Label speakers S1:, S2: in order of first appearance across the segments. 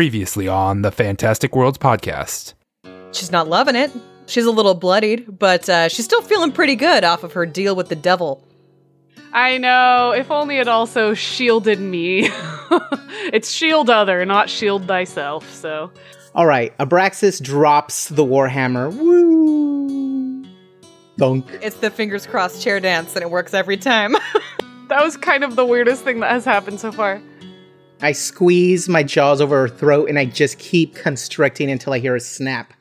S1: previously on the Fantastic Worlds podcast.
S2: She's not loving it. She's a little bloodied, but uh, she's still feeling pretty good off of her deal with the devil.
S3: I know. If only it also shielded me. it's shield other, not shield thyself. So
S4: All right, Abraxas drops the warhammer. Woo! Dunk.
S2: It's the fingers crossed chair dance, and it works every time.
S3: that was kind of the weirdest thing that has happened so far.
S4: I squeeze my jaws over her throat and I just keep constricting until I hear a snap.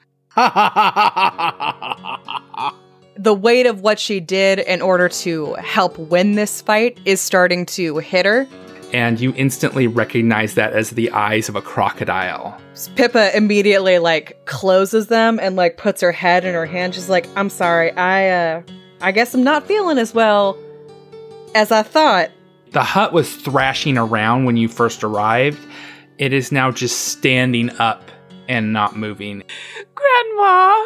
S2: the weight of what she did in order to help win this fight is starting to hit her.
S1: And you instantly recognize that as the eyes of a crocodile.
S2: S- Pippa immediately like closes them and like puts her head in her hand. She's like, "I'm sorry. I uh I guess I'm not feeling as well as I thought."
S1: The hut was thrashing around when you first arrived. It is now just standing up and not moving.
S3: Grandma,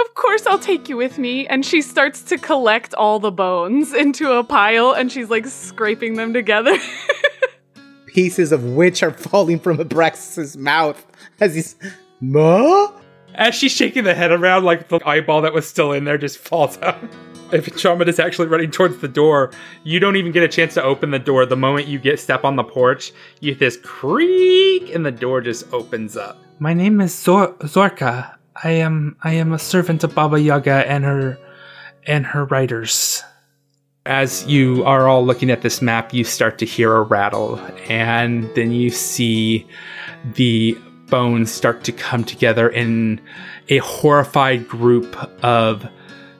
S3: of course I'll take you with me. And she starts to collect all the bones into a pile and she's like scraping them together.
S4: Pieces of which are falling from Abraxas' mouth as he's. Ma?
S1: As she's shaking the head around, like the eyeball that was still in there just falls out. If Chumit is actually running towards the door, you don't even get a chance to open the door. The moment you get step on the porch, you hear this creak, and the door just opens up. My name is Zor- Zorka. I am I am a servant of Baba Yaga and her and her riders. As you are all looking at this map, you start to hear a rattle, and then you see the bones start to come together in a horrified group of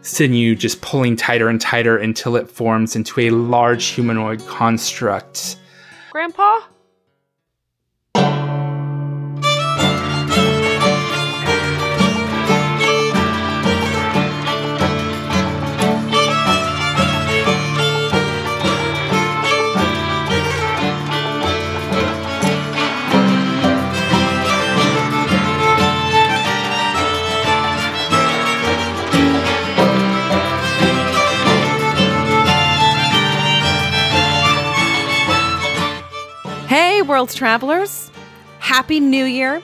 S1: sinew just pulling tighter and tighter until it forms into a large humanoid construct.
S3: Grandpa?
S2: Hey, world travelers! Happy New Year!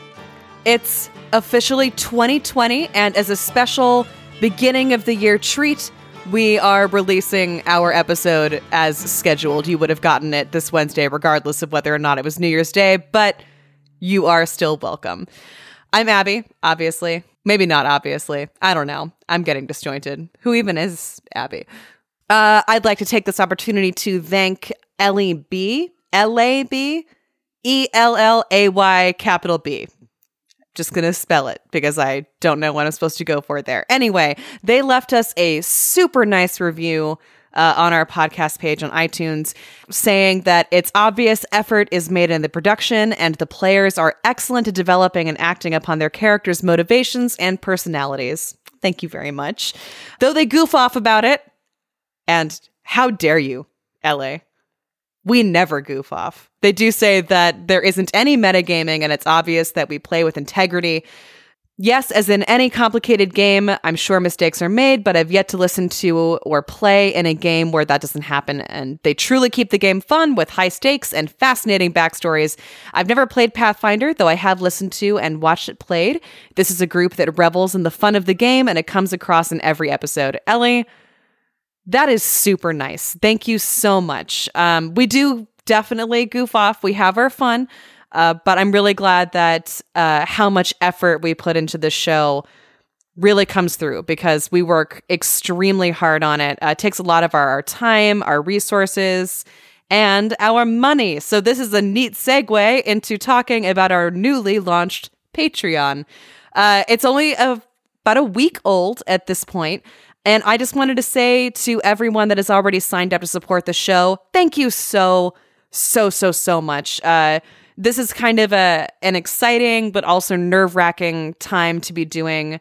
S2: It's officially 2020, and as a special beginning of the year treat, we are releasing our episode as scheduled. You would have gotten it this Wednesday, regardless of whether or not it was New Year's Day, but you are still welcome. I'm Abby, obviously. Maybe not obviously. I don't know. I'm getting disjointed. Who even is Abby? Uh, I'd like to take this opportunity to thank Ellie B, L A B E L L A Y capital B. Just going to spell it because I don't know what I'm supposed to go for there. Anyway, they left us a super nice review uh, on our podcast page on iTunes saying that its obvious effort is made in the production and the players are excellent at developing and acting upon their characters' motivations and personalities. Thank you very much. Though they goof off about it, and how dare you, LA? We never goof off. They do say that there isn't any metagaming and it's obvious that we play with integrity. Yes, as in any complicated game, I'm sure mistakes are made, but I've yet to listen to or play in a game where that doesn't happen. And they truly keep the game fun with high stakes and fascinating backstories. I've never played Pathfinder, though I have listened to and watched it played. This is a group that revels in the fun of the game and it comes across in every episode. Ellie, that is super nice. Thank you so much. Um, we do definitely goof off. We have our fun, uh, but I'm really glad that uh, how much effort we put into this show really comes through because we work extremely hard on it. Uh, it takes a lot of our, our time, our resources, and our money. So this is a neat segue into talking about our newly launched Patreon. Uh, it's only a about a week old at this point. And I just wanted to say to everyone that has already signed up to support the show, thank you so, so, so, so much. Uh, this is kind of a an exciting but also nerve wracking time to be doing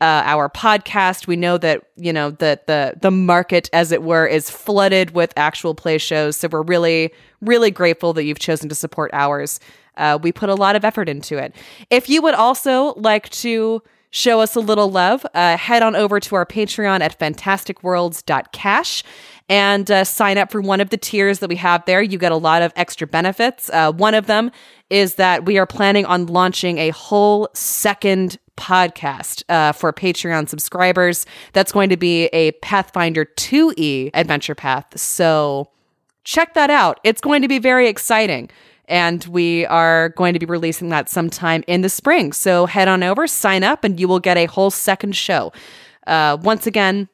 S2: uh, our podcast. We know that you know that the the market, as it were, is flooded with actual play shows. So we're really really grateful that you've chosen to support ours. Uh, we put a lot of effort into it. If you would also like to show us a little love, uh, head on over to our Patreon at fantasticworlds.cash
S5: and uh, sign up for one of the tiers that we have there. You get a lot of extra benefits. Uh, one of them is that we are planning on launching a whole second podcast uh, for Patreon subscribers. That's going to be a Pathfinder 2E adventure path. So check that out. It's going to be very exciting. And we are going to be releasing that sometime in the spring. So head on over, sign up, and you will get a whole second show. Uh, once again,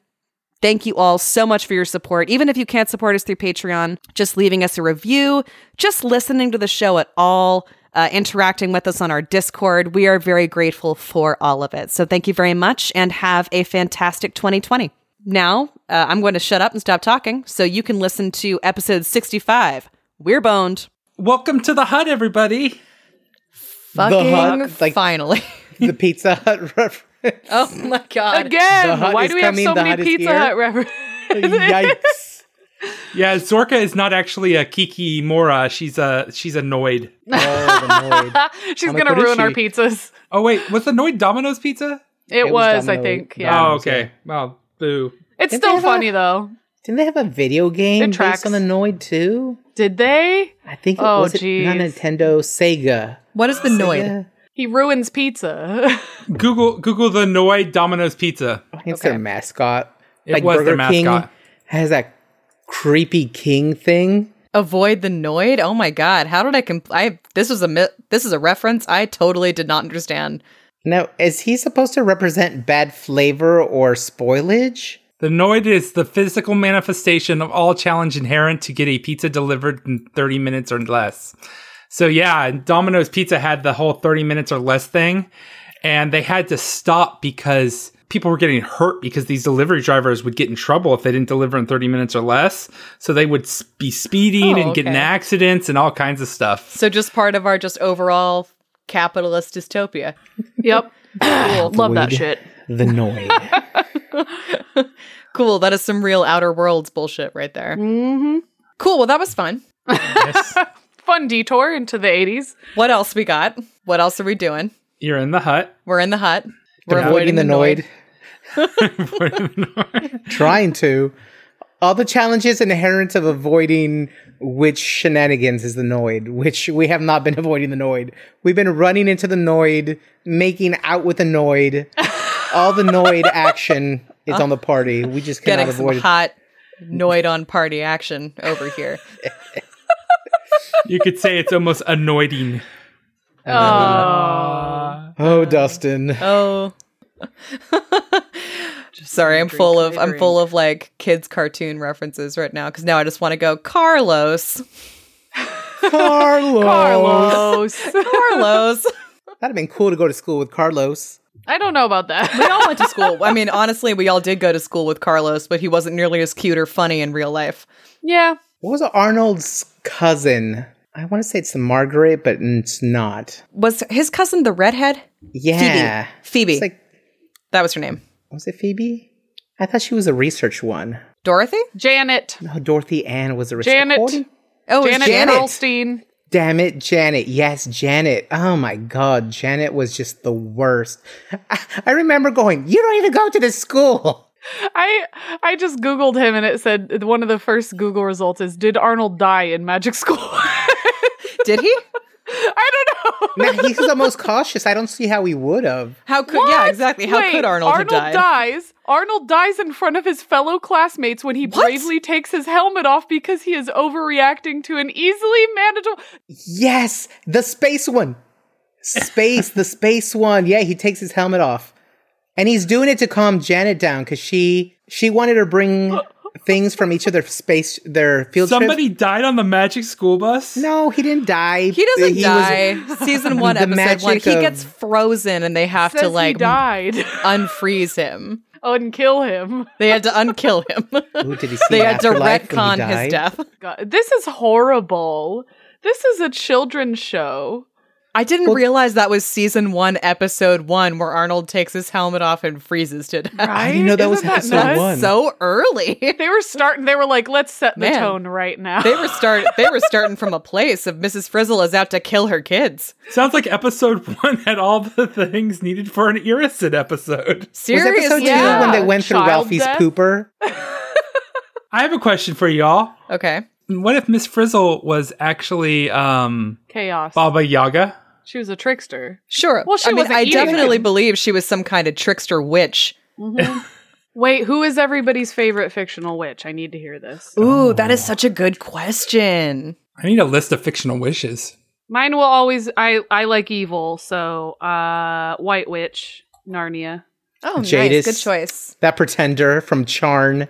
S5: thank you all so much for your support. Even if you can't support us through Patreon, just leaving us a review, just listening to the show at all, uh, interacting with us on our Discord. We are very grateful for all of it. So thank you very much and have a fantastic 2020. Now, uh, I'm going to shut up and stop talking so you can listen to episode 65. We're boned.
S1: Welcome to the hut, everybody.
S5: Fucking
S4: hut, like-
S5: finally.
S4: the Pizza Hut reference.
S5: oh my God.
S4: The
S3: Again,
S4: Hut
S3: why
S4: is
S3: do we have
S4: coming,
S3: so
S4: the Hut
S3: many
S4: is
S3: Pizza
S4: here.
S3: Hut references?
S4: Yikes.
S1: Yeah, Zorka is not actually a Kiki Mora. She's a she's annoyed.
S4: Oh, the Noid.
S3: She's
S4: I'm
S3: gonna
S4: like, what is
S3: ruin our
S4: she?
S3: pizzas.
S1: Oh wait, was annoyed Domino's Pizza?
S3: It,
S4: was
S3: was, I
S4: Domino-
S3: think. Yeah,
S4: Domino.
S1: Oh okay. Well, boo.
S3: it's
S4: Didn't they
S3: still
S4: have a-
S3: funny though.
S4: Didn't they have a video game
S3: tracks.
S4: based on the Noid too?
S3: Did they?
S4: I think it
S3: Oh,
S4: was it not
S3: geez.
S4: Nintendo, Sega.
S5: What is the noid?
S4: Yeah.
S3: He ruins pizza.
S1: Google Google the annoyed Domino's Pizza.
S4: I think it's their mascot.
S1: It was their mascot.
S4: has that creepy king thing.
S5: Avoid the noid? Oh my God. How did I? Compl- I this was a mi- this is a reference I totally did not understand.
S4: Now, is he supposed to represent bad flavor or spoilage?
S1: The Noid is the physical manifestation of all challenge inherent to get a pizza delivered in 30 minutes or less. So, yeah, Domino's Pizza had the whole 30 minutes or less thing, and they had to stop because people were getting hurt because these delivery drivers would get in trouble if they didn't deliver in 30 minutes or less. So, they would s- be speeding
S5: Oh,
S1: and get in
S5: okay.
S1: accidents and all kinds of stuff.
S5: So just part of our just overall capitalist dystopia.
S3: yep. Love that
S4: Weed.
S3: shit.
S4: The Noid.
S5: Cool. That is some real outer worlds bullshit right there. Mm-hmm.
S3: hmm
S5: Cool. Well, that was fun.
S1: Yes.
S3: Fun detour into the 80s.
S5: What else we got? What else are we doing?
S1: You're in the hut.
S5: We're in the hut. We're
S4: avoiding the Noid. Trying to. All the challenges inherent of avoiding which shenanigans is the Noid, which we have not been avoiding the Noid. We've been running into the Noid, making out with the Noid. All the Noid action is on the party. We just cannot
S5: Getting some
S4: avoid it.
S5: hot noid on party action over here.
S1: You could say it's almost annoying.
S4: Oh, Dustin.
S5: Oh. Sorry, I'm full of I'm full of like kids cartoon references right now because now I just want to go Carlos,
S4: Carlos.
S3: Carlos.
S5: Carlos.
S4: That'd have been cool to go to school with Carlos.
S3: I don't know about
S5: we
S3: that.
S5: all went to school. I mean, honestly, we all did go to school with Carlos, but he wasn't nearly as cute or funny in real life.
S3: yeah.
S4: What was Arnold's cousin? I want to say it's Margaret, but it's not.
S5: Was his cousin the redhead?
S4: Yeah.
S5: Phoebe.
S4: It's like
S5: that was her name.
S4: was it Phoebe? I thought she was a research one.
S5: Dorothy?
S3: Janet.
S4: No, Dorothy Ann was a research.
S3: Janet.
S4: According-
S5: Oh, it was
S3: Janet,
S5: Janet.
S3: Perlstein.
S4: Damn it, Janet. Yes, Janet. Oh my god, Janet was just the worst. I, I remember going, "You don't even go to this school."
S3: I I just googled him and it said one of the first Google results is did Arnold die in Magic School?
S5: Did he?
S3: I don't know.
S4: Man, he's the most cautious. I don't see how he would have.
S5: How could? Yeah, exactly. How
S3: Wait,
S5: could Arnold,
S3: Arnold
S5: have died?
S3: dies. Arnold dies in front of his fellow classmates when he bravely takes his helmet off because he is overreacting to an easily manageable.
S4: Yes, the space one. Space, the space one. Yeah, he takes his helmet off. And he's doing it to calm Janet down cuz she she wanted to bring things from each of their space their field trips.
S1: Somebody died on the magic school bus?
S4: No, he didn't die.
S5: He doesn't
S4: was-
S5: die. Season one,
S4: the
S5: episode one.
S4: magic
S5: He
S4: of-
S5: gets frozen, and they have
S3: Says
S5: to like
S3: he died.
S5: unfreeze him.
S3: oh, and kill him.
S5: They had to unkill him.
S4: Ooh, did he see
S5: they
S4: an
S5: had to
S4: afterlife when he
S5: retcon his
S4: died?
S5: death.
S3: God, this is horrible. This is a children's show.
S5: I didn't realize that was season one, episode one, where Arnold takes his helmet off and freezes to death.
S3: Right?
S4: didn't know that was
S3: Isn't that
S4: episode
S3: nuts?
S4: one.
S5: So early.
S3: They were starting. They were like, "Let's set the
S5: Man.
S3: tone right now."
S5: They were start. They were starting from a place of Mrs. Frizzle is out to kill her kids.
S1: Sounds like episode one had all the things needed for an Iracid episode.
S4: Was
S5: Seriously,
S4: episode two
S3: Yeah.
S4: when they went through
S3: Child
S5: Oh,
S4: Ralphie's
S3: death?
S4: pooper?
S1: I have a question for y'all.
S5: Okay.
S1: What if Miss Frizzle was actually um
S3: Chaos.
S1: Baba Yaga?
S3: She was a trickster.
S5: Sure.
S3: Well, she
S5: I mean,
S3: wasn't
S5: I
S3: eating
S5: definitely
S3: it.
S5: believe she was some kind of trickster witch.
S3: Wait, who is everybody's favorite fictional witch? I need to hear this.
S5: Ooh, that is such a good question.
S1: I need a list of fictional wishes.
S3: Mine will always I I like evil, so uh White Witch, Narnia.
S5: Oh,
S4: Jadis.
S5: nice. Good choice.
S4: That pretender from Charn.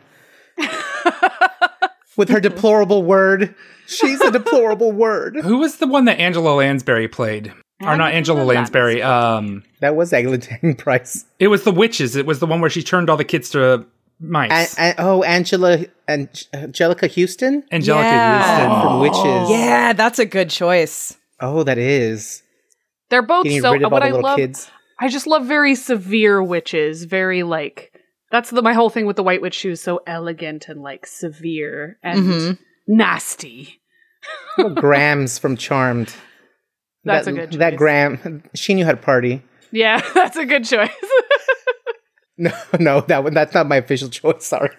S4: With her deplorable word. She's a deplorable word.
S1: Who was the one that Angela Lansbury played? or not Angela
S3: Angela
S1: Lansbury. Um,
S4: That was Eglinton Price.
S1: it was the witches. It was the one where she turned all the kids to
S4: An-
S1: mice.
S4: an- oh, Angela and Angelica Houston
S1: Angelica
S5: Yeah.
S1: Houston.
S4: from Witches.
S5: Yeah, that's a good choice.
S4: Oh, that is.
S3: They're both
S4: Getting
S3: so
S4: rid of all
S3: what
S4: the
S3: I
S4: little
S3: love
S4: kids.
S3: I just love very severe witches, very like that's the my whole thing with the White Witch. She was so elegant and like severe and
S5: Mhm.
S3: nasty.
S4: Little Grams from Charmed.
S3: That's
S4: that,
S3: a good choice.
S4: That Graham, she knew how to party.
S3: Yeah, that's a good choice.
S4: No, no, that one, that's not my official choice. Sorry.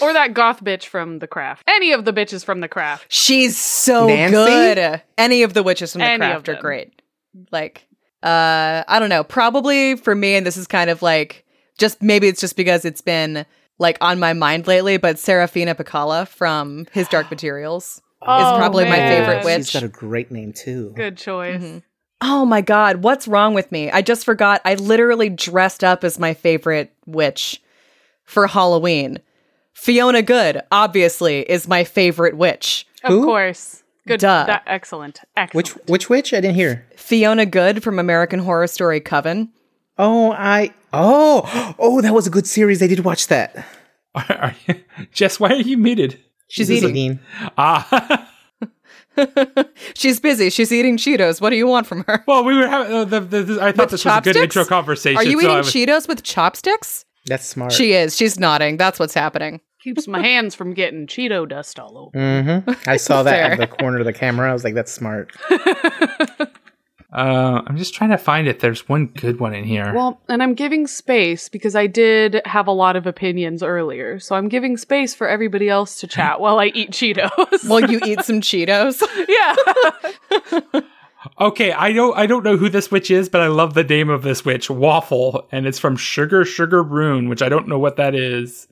S3: or that goth bitch from The Craft. Any of the bitches from The Craft.
S5: She's so
S4: Nancy?
S5: good. Any of the witches from the
S3: Any of
S5: craft are
S3: them.
S5: great. Like, uh, I don't know. Probably for me, and this is kind of like just maybe it's just because it's been like on my mind lately. But Serafina Piccola from His Dark Materials.
S3: Oh,
S5: probably my favorite
S3: man.
S5: witch.
S4: She's got a great name too.
S3: Good choice.
S5: Oh my god, what's wrong with me? I just forgot. I literally dressed up as my favorite witch for Halloween. Fiona Good, obviously, is my favorite witch.
S3: Of
S4: Who?
S3: course. Good.
S5: Duh.
S3: That, excellent. Excellent.
S4: Which which witch? I didn't hear.
S5: Fiona Good from American Horror Story Coven.
S4: Oh, I oh oh that was a good series. I did watch that.
S1: Are you- Jess, why are you muted?
S5: She's
S4: This is
S5: eating.
S4: Nadine.
S1: Ah,
S5: She's busy. She's eating Cheetos. What do you want from her?
S1: well, we were having. Uh, the, the, the- I thought
S5: With
S1: this was a good
S5: chopsticks?
S1: intro conversation.
S5: Are you
S1: so
S5: eating
S1: I was-
S5: Cheetos with chopsticks?
S4: That's smart.
S5: She is. She's nodding. That's what's happening.
S3: Keeps my hands from getting Cheeto dust all over.
S4: hmm I saw that
S5: Fair.
S4: at the corner of the camera. I was like, that's smart.
S1: Uh, I'm just trying to find it. There's one good one in here.
S3: Well, and I'm giving space because I did have a lot of opinions earlier. So I'm giving space for everybody else to chat while I eat Cheetos.
S5: Will you eat some Cheetos?
S3: yeah.
S1: okay, I don't. I don't know who this witch is, but I love the name of this witch, Waffle, and it's from Sugar Sugar Rune, which I don't know what that is.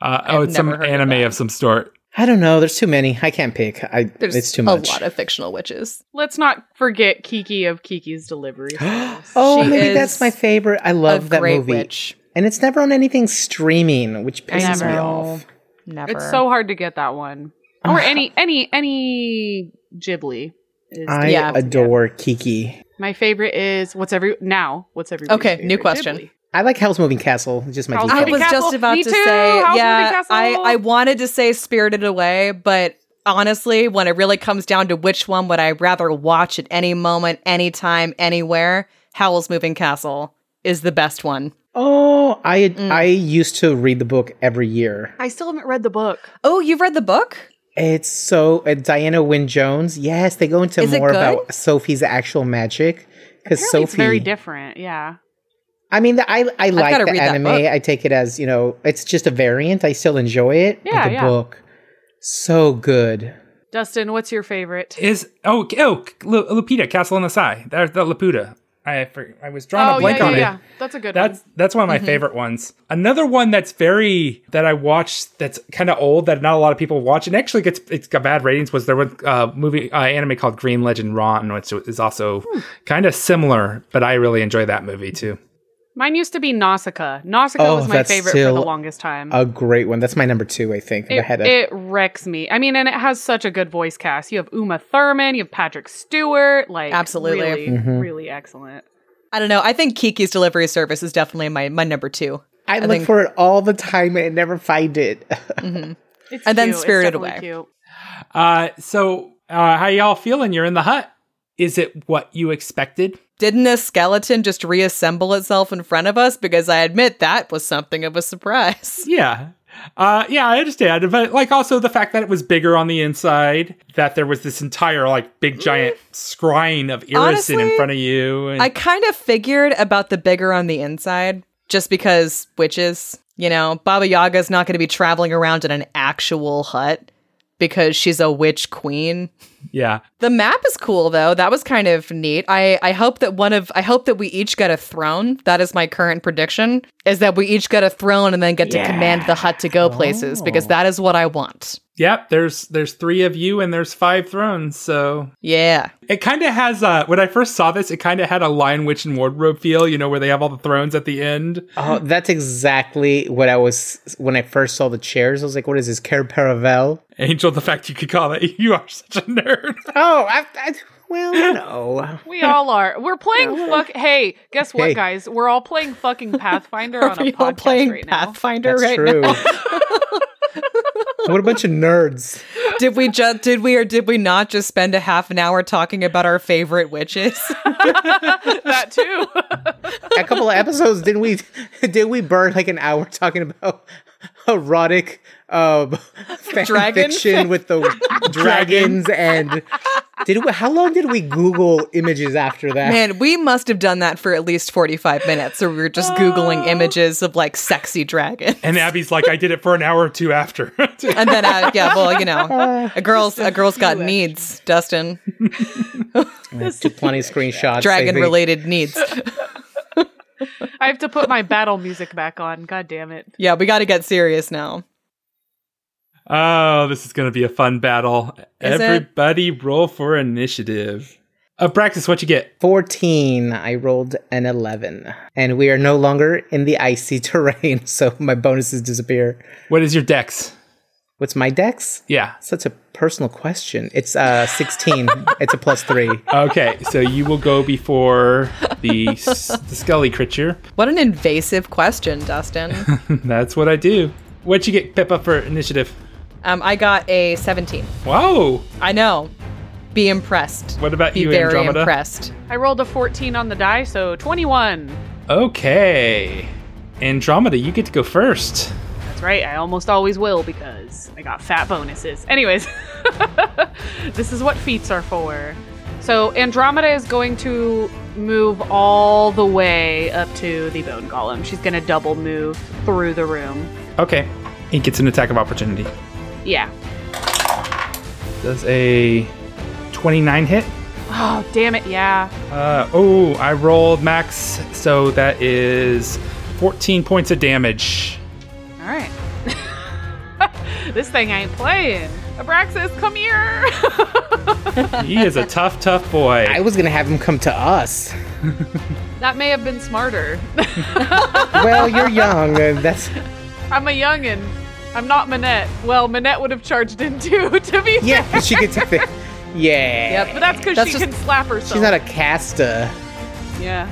S1: Uh, oh,
S5: have
S1: it's some
S5: never heard of
S1: anime
S5: that.
S1: of, some sort.
S4: I don't know. There's too many. I can't pick. I
S5: There's
S4: it's too much.
S5: a lot of fictional witches.
S3: Let's not forget Kiki of Kiki's Delivery. Service.
S4: oh,
S5: She
S4: maybe
S5: is
S4: that's my favorite. I
S5: a
S4: love that
S5: great
S4: movie.
S5: witch.
S4: And it's never on anything streaming, which pisses me
S3: never.
S4: off.
S5: Never.
S3: it's so hard to get that one. Or any any any Ghibli. Is
S4: I
S5: Yeah.
S4: adore Kiki.
S3: My favorite is what's every now. What's every
S5: Okay, new question.
S4: I like Howl's Moving Castle. It's just my
S3: Howl's
S4: default.
S5: I
S3: Moving
S5: was
S3: Castle.
S5: just about
S3: Me
S5: to
S3: too.
S5: say,
S3: House moving
S5: yeah, I,
S3: castle.
S5: I wanted to say Spirited Away, but honestly, when it really comes down to which one would I rather watch at any moment, anytime, anywhere, Howl's Moving Castle is the best one.
S4: Oh, I
S3: Mm.
S4: I used to read the book every year.
S3: I still haven't read the book.
S5: Oh, you've read the book?
S4: It's so uh, Diana Wynne Jones. Yes, they go into
S5: Is it
S4: more
S5: good?
S4: about Sophie's actual magic because
S3: Apparently
S4: Sophie.
S3: it's very different. Yeah.
S4: I mean, the, I I like
S5: gotta
S4: the
S5: read that
S4: anime.
S5: book.
S4: I take it as you know, it's just a variant. I still enjoy it.
S3: Yeah,
S4: but the
S3: yeah.
S4: book, so good.
S3: Dustin, what's your favorite?
S1: Is oh oh Lu- Lupita Castle on the Side. There's the Laputa. I for, I was
S3: Oh,
S5: Oh,
S1: drawing a blank on it.
S3: That's a good
S1: That's that's one of my favorite ones. Another one that's very that I watched that's kind of old that not a lot of people watch and actually gets it's got bad ratings was there one uh, movie uh, anime called Green Legend Ron, which is also kind of similar, but I really enjoy that movie too.
S3: Mine used to be Nausicaa. Nausicaa
S4: Oh,
S3: was my
S4: that's
S3: favorite for
S4: still
S3: the longest time.
S4: A great one. That's my number two. I think. I
S3: it,
S4: had a,
S3: it wrecks me. I mean, and it has such a good voice cast. You have Uma Thurman, you have Patrick Stewart. Like,
S5: Absolutely.
S3: really,
S4: Mm-hmm.
S3: really excellent.
S5: I don't know. I think Kiki's Delivery Service is definitely my, my number two.
S4: I look
S5: think-
S4: for it all the time and never find it.
S3: It's
S5: And then
S3: cute. It's
S5: Spirited
S3: definitely
S5: Away.
S3: Cute.
S1: Uh, so uh, how y'all feeling? You're in the hut. Is it what you expected?
S5: Didn't a skeleton just reassemble itself in front of us? Because I admit that was something of a surprise.
S1: Yeah. Uh, yeah, I understand. But like also the fact that it was bigger on the inside, that there was this entire like big giant shrine of Irisin in
S5: Honestly,
S1: front of you. And-
S5: I kind of figured about the bigger on the inside just because witches, you know, Baba Yaga's not going to be traveling around in an actual hut because she's a witch queen.
S1: Yeah.
S5: The map is cool though. That was kind of neat. I I hope that one of I hope that we each get a throne. That is my current prediction is that we each get a throne and then get to command the hut to go places because that is what I want.
S1: Yep, there's there's three of you and there's five thrones, so
S5: Yeah.
S1: it kind of has uh when I first saw this, it kind of had a Lion Witch and Wardrobe feel, you know, where they have all the thrones at the end.
S4: Oh, that's exactly what I was when I first saw the chairs. I was like, "What is this, Care Paravel?"
S1: Angel, the fact you could call that you are such a nerd.
S4: Oh, I, I well, no.
S3: We all are. We're playing fuck. Hey, guess what,
S4: Hey.
S3: guys? We're all playing fucking Pathfinder on a
S5: We all
S3: podcast
S5: playing
S3: right now.
S5: Pathfinder
S4: That's
S5: right
S4: true.
S5: now.
S4: what a bunch of nerds.
S5: Did we just did we or did we not just spend a half an hour talking about our favorite witches?
S3: that too.
S4: A couple of episodes didn't we did we burn like an hour talking about erotic um fan
S5: Dragon?
S4: fiction with the dragons and did we how long did we google images after that?
S5: Man, we must have done that for at least 45 minutes or we were just googling images of like sexy dragon.
S1: And Abby's like, I did it for an hour or two after.
S5: And then uh, yeah, well, you know, a girl's a girl's got needs, Dustin.
S4: Took plenty of screenshots.
S5: Dragon
S4: saving-
S5: related needs.
S3: I have to put my battle music back on. God damn it.
S5: Yeah, we got to get serious now.
S1: oh, this is gonna be a fun battle.
S5: Is it?
S1: Everybody roll for initiative. Uh, practice what you get.
S4: 14. I rolled an 11. And we are no longer in the icy terrain, so my bonuses disappear.
S1: What is your dex?
S4: What's my dex?
S1: Yeah.
S4: Such a personal question. It's uh 16. it's a plus 3.
S1: Okay, so you will go before the, s- the Scully creature.
S5: What an invasive question, Dustin.
S1: That's what I do. What'd you get, Pippa, for initiative?
S5: Um, I got a 17.
S1: Whoa.
S5: I know. Be impressed.
S1: What about
S5: Be
S1: you,
S5: very
S1: Andromeda?
S5: impressed.
S3: I rolled a 14 on the die, so 21.
S1: Okay. Andromeda, you get to go first.
S3: That's right. I almost always will because I got fat bonuses. Anyways, this is what feats are for. So Andromeda is going to move all the way up to the bone golem. She's going to double move through the room.
S1: Okay. He gets an attack of opportunity.
S3: Yeah.
S1: Does a 29 hit?
S3: Oh, damn it. Yeah.
S1: Uh, oh, I rolled max, so that is 14 points of damage.
S3: All right. this thing ain't playing. Abraxas, come here.
S1: He is a tough, tough boy.
S4: I was going to have him come to us.
S3: that may have been smarter.
S4: Well, you're young. and That's
S3: I'm a youngin. I'm not Manette. Well, Manette would have charged in too, to be
S4: Yeah, but she gets a thing. Yeah.
S3: But that's because
S5: That's
S3: she
S5: just-
S3: can slap herself.
S4: She's not a casta.
S3: yeah.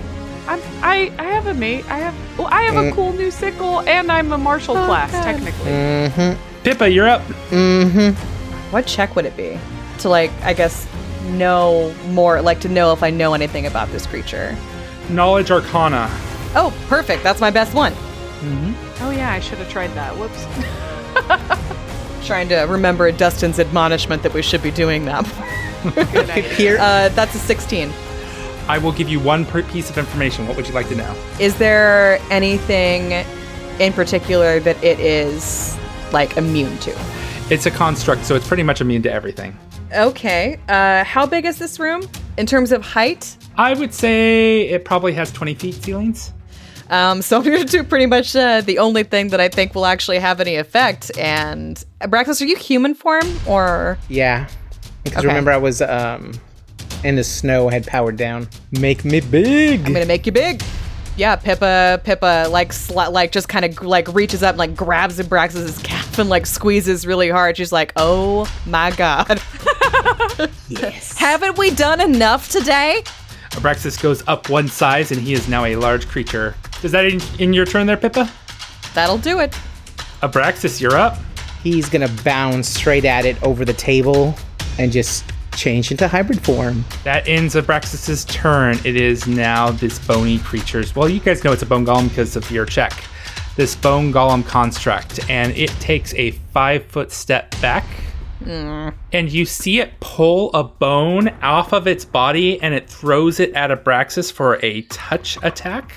S3: I'm, I I have a mate. I have well, I have
S4: Mm.
S3: a cool new sickle, and I'm a martial class technically.
S1: Pippa, you're up.
S5: What check would it be to like I guess know more like to know if I know anything about this creature?
S1: Knowledge Arcana.
S5: Oh, perfect. That's my best one.
S3: Oh yeah, I should have tried that. Whoops.
S5: Trying to remember Dustin's admonishment that we should be doing that.
S3: Good idea.
S4: Here,
S5: Uh, that's a 16.
S1: I will give you one per piece of information. What would you like to know?
S5: Is there anything in particular that it is like immune to?
S1: It's a construct, so it's pretty much immune to everything.
S5: Okay. Uh, how big is this room in terms of height?
S1: I would say it probably has 20 feet ceilings.
S5: Um, so I'm going to do pretty much uh, the only thing that I think will actually have any effect. And uh, Braxis, are you human form or?
S4: yeah. Because
S5: Okay.
S4: remember, I was um in the snow. I had powered down. Make me big.
S5: I'm gonna make you big. Yeah, Pippa, Pippa, like, sla- like, just kind of like reaches up and like grabs Abraxas's calf and like squeezes really hard. She's like, "Oh my god!" yes. Haven't we done enough today?
S1: Abraxas goes up one size, and he is now a large creature. Does that in, in your turn there, Pippa?
S5: That'll do it.
S1: Abraxas, you're up.
S4: He's gonna bound straight at it over the table and just change into hybrid form.
S1: That ends Abraxas's turn. It is now this bony creature's. Well, you guys know it's a bone golem because of your check. This bone golem construct, and it takes a five foot step back.
S3: Mm.
S1: And you see it pull a bone off of its body and it throws it at Abraxas for a touch attack.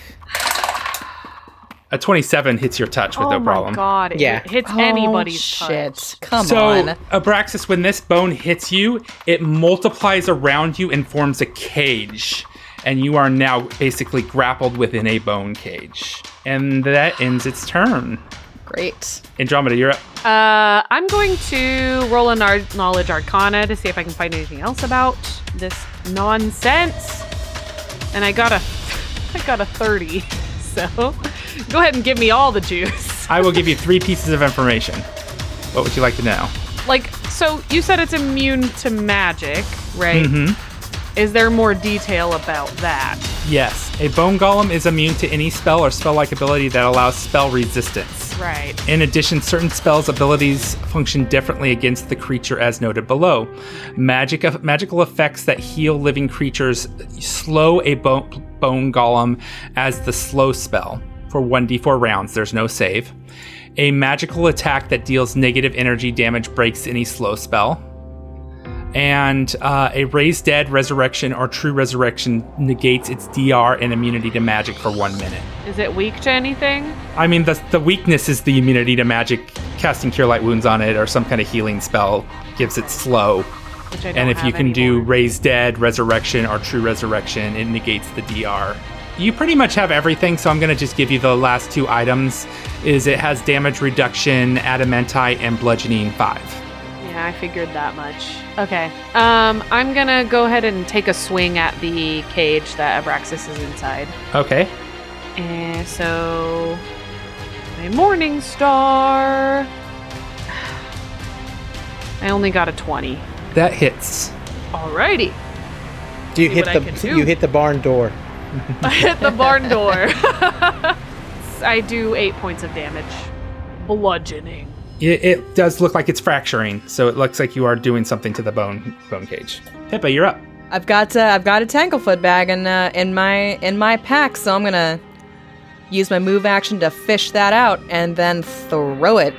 S1: A 27 hits your touch with
S3: oh
S1: no
S3: my
S1: problem.
S3: god!
S4: Yeah.
S3: It hits anybody's
S5: oh,
S3: touch.
S5: shit. Come
S1: So,
S5: on.
S1: Abraxas, when this bone hits you, it multiplies around you and forms a cage. And you are now basically grappled within a bone cage. And that ends its turn.
S5: Great.
S1: Andromeda, you're up.
S3: Uh, I'm going to roll a nar- knowledge arcana to see if I can find anything else about this nonsense. And I got a, I got a thirty. So, go ahead and give me all the juice.
S1: I will give you three pieces of information. What would you like to know?
S3: Like, so you said it's immune to magic, right? Is there more detail about that?
S1: Yes, a bone golem is immune to any spell or spell like ability that allows spell resistance.
S3: Right.
S1: In addition, certain spells' abilities function differently against the creature, as noted below. Magic, magical effects that heal living creatures slow a bone, bone golem as the slow spell for 1d4 rounds. There's no save. A magical attack that deals negative energy damage breaks any slow spell. And uh, a raised dead resurrection or true resurrection negates its DR and immunity to magic for one minute.
S3: Is it weak to anything?
S1: I mean, the, the weakness is the immunity to magic. Casting Cure Light Wounds on it or some kind of healing spell gives it slow.
S3: Which I don't
S1: And if you
S3: have
S1: can do
S3: anymore.
S1: Raise Dead, Resurrection, or True Resurrection, it negates the DR. You pretty much have everything, so I'm going to just give you the last two items. Is it has damage reduction, adamanti, and bludgeoning five.
S3: Yeah, I figured that much. Okay. Um, I'm gonna go ahead and take a swing at the cage that Abraxas is inside.
S1: Okay.
S3: And so, my Morning Star. I only got a 20.
S1: That hits.
S3: Alrighty.
S4: Do you
S3: See
S4: hit
S3: what I can
S4: the
S3: do.
S4: you hit the barn door?
S3: I hit the barn door. I do eight points of damage. Bludgeoning.
S1: It, it does look like it's fracturing, so it looks like you are doing something to the bone bone cage. Pippa, you're up.
S5: I've got uh, I've got a Tanglefoot bag in uh, in my in my pack, so I'm gonna use my move action to fish that out and then throw it.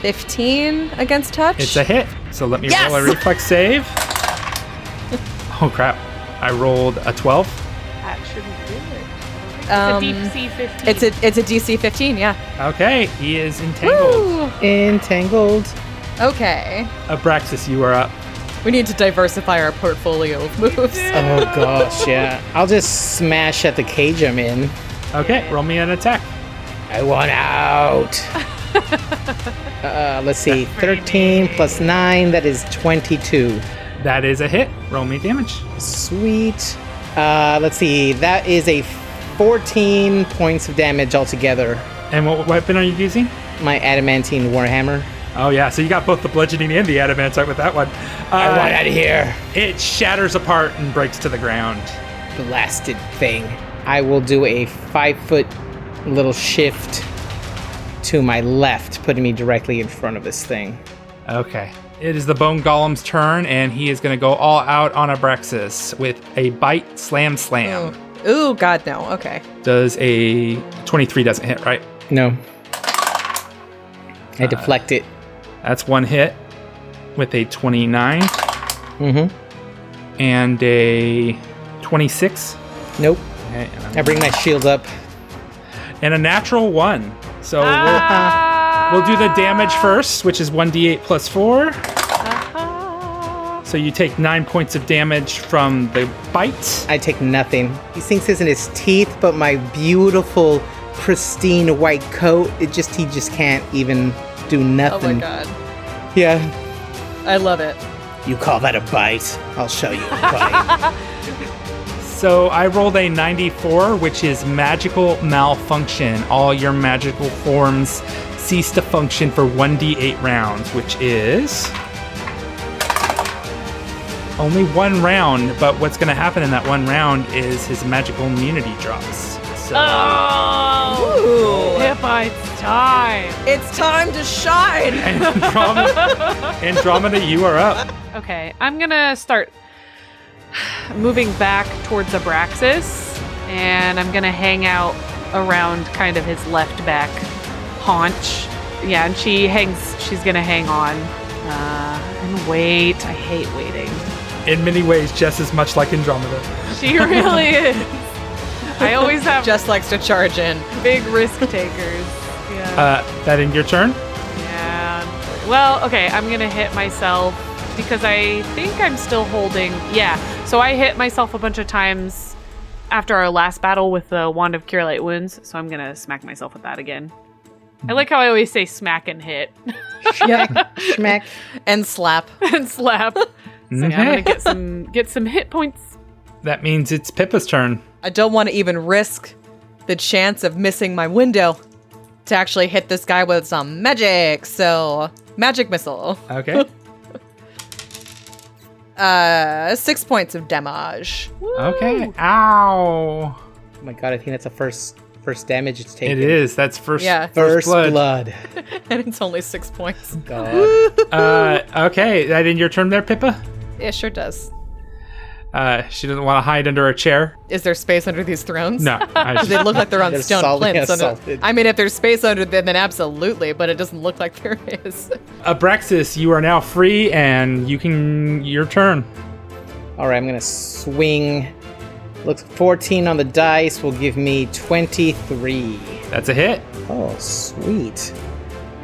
S5: Fifteen against touch.
S1: It's a hit. So let me
S5: Yes!
S1: roll a reflex save. Oh crap. I rolled a 12.
S3: That shouldn't do it.
S5: Um,
S3: it's a deep sea 15.
S5: it's a it's a DC fifteen. Yeah.
S1: Okay, he is entangled.
S4: Entangled.
S5: Okay.
S1: Abraxas, you are up.
S5: We need to diversify our portfolio of moves.
S4: Oh gosh, yeah. I'll just smash at the cage I'm in.
S1: Okay, roll me an attack.
S4: I want out. uh, let's see, 13 plus 9, that is 22.
S1: That is a hit. Roll me damage.
S4: Sweet. Uh, let's see, that is a 14 points of damage altogether.
S1: And what weapon are you using?
S4: My adamantine warhammer.
S1: Oh yeah, so you got both the bludgeoning and the adamantite with that one.
S4: I want
S1: Uh,
S4: out of here.
S1: it shatters apart and breaks to the ground.
S4: Blasted thing. I will do a five foot little shift to my left, putting me directly in front of this thing.
S1: Okay. It is the bone golem's turn, and he is going to go all out on Abraxas with a bite, slam, slam.
S5: Ooh, God, no. Okay.
S1: Does a 23 doesn't hit, right?
S4: No. I deflect it.
S1: That's one hit with a 29
S4: Mm-hmm.
S1: and a 26.
S4: Nope.
S1: Okay, and
S4: I
S1: a-
S4: bring my shield up.
S1: And a natural one. So
S3: Ah!
S1: we'll, we'll do the damage first, which is 1d8 plus 4.
S3: Ah.
S1: So you take 9 points of damage from the bite.
S4: I take nothing. He sinks this in his teeth, but my beautiful, pristine white coat, it just he just can't even do
S5: Oh my
S4: nothing.
S5: God.
S4: Yeah.
S5: I love it.
S4: You call that a bite? I'll show you a bite.
S1: So I rolled a 94, which is magical malfunction. All your magical forms cease to function for 1d8 rounds, which is only one round. But what's going to happen in that one round is his magical immunity drops. So
S3: Oh,
S5: Ooh.
S3: Pippa, it's time.
S5: It's time to shine.
S1: Andromeda, Andromeda, you are up.
S3: Okay, I'm gonna start moving back towards Abraxas, and I'm gonna hang out around kind of his left back haunch. Yeah, and she hangs. She's gonna hang on uh, and wait. I hate waiting.
S1: In many ways, just as much like Andromeda.
S3: She really is. I always have
S5: Just likes to charge in.
S3: big risk takers. Yeah.
S1: Uh, that in your turn?
S3: yeah. Well, okay, I'm gonna hit myself because I think I'm still holding. Yeah. So I hit myself a bunch of times after our last battle with the wand of cure light wounds. So I'm gonna smack myself with that again. I like how I always say smack and hit
S4: Schmack. Schmack.
S5: And slap.
S3: and slap. So yeah, I'm gonna
S1: Okay.
S3: get some get some hit points.
S1: Mm-hmm. That means it's Pippa's turn.
S5: I don't want to even risk the chance of missing my window to actually hit this guy with some magic. So, magic missile.
S1: Okay.
S5: Uh, six points of damage.
S1: okay. Ow.
S4: Oh my god, I think that's the first first damage it's taken.
S1: It is. That's first.
S5: Yeah.
S4: First,
S1: blood.
S4: blood.
S5: And it's only six points.
S4: God.
S1: Uh, okay. That in your turn there, Pippa?
S5: It sure does.
S1: Uh, she doesn't want to hide under a chair.
S5: Is there space under these thrones?
S1: No. I
S5: They look like they're on
S4: They're
S5: stone
S4: solidly
S5: plinths. so no-
S4: assaulted.
S5: I mean, if there's space under them, then absolutely, but it doesn't look like there is.
S1: Abraxas, uh, you are now free, and you can your turn.
S4: All right, I'm gonna swing. Looks 14 on the dice will give me 23.
S1: That's a hit.
S4: Oh, sweet.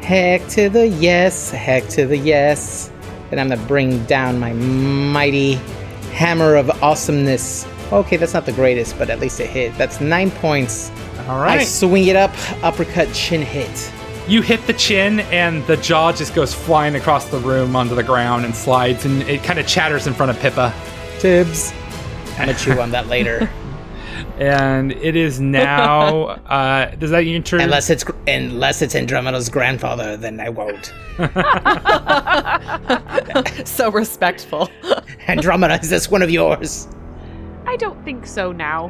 S4: Heck to the yes, heck to the yes. Then I'm gonna bring down my mighty hammer of awesomeness. Okay, that's not the greatest, but at least it hit. That's nine points.
S1: All
S4: I
S1: right.
S4: swing it up, uppercut, chin hit.
S1: you hit the chin, and the jaw just goes flying across the room onto the ground and slides, and it kind of chatters in front of Pippa.
S4: Tibs. I'm gonna chew on that later.
S1: And it is now. uh, does that your turn?
S4: Unless it's gr- unless it's Andromeda's grandfather, then I won't.
S5: so respectful.
S4: Andromeda, is this one of yours?
S3: I don't think so now.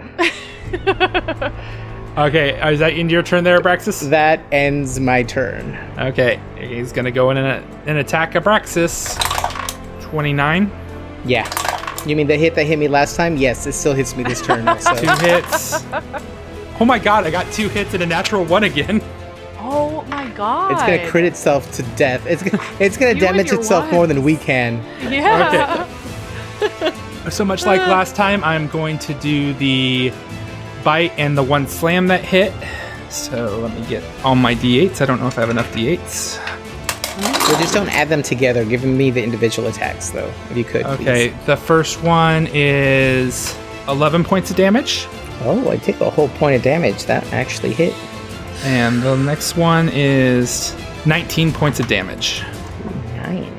S1: okay. uh, Is that into your turn there, Abraxas?
S4: That ends my turn.
S1: Okay. He's gonna go in and, and attack Abraxas. Twenty-nine.
S4: Yeah. You mean the hit that hit me last time? Yes, it still hits me this turn also.
S1: Two hits. Oh my god! I got two hits and a natural one again.
S3: oh my god.
S4: It's gonna crit itself to death. It's gonna, it's gonna
S3: You and
S4: damage
S3: your
S4: itself more than we
S3: ones.
S4: can.
S3: Yeah.
S1: So much like last time, I'm going to do the bite and the one slam that hit. So let me get all my d8s. I don't know if I have enough d8s.
S4: So just don't add them together. Give me the individual attacks though, if you could.
S1: Okay, the first one is 11 points of damage.
S4: Please. Oh, I take a whole point of damage. That actually hit.
S1: And the next one is 19 points of damage.
S4: Nine.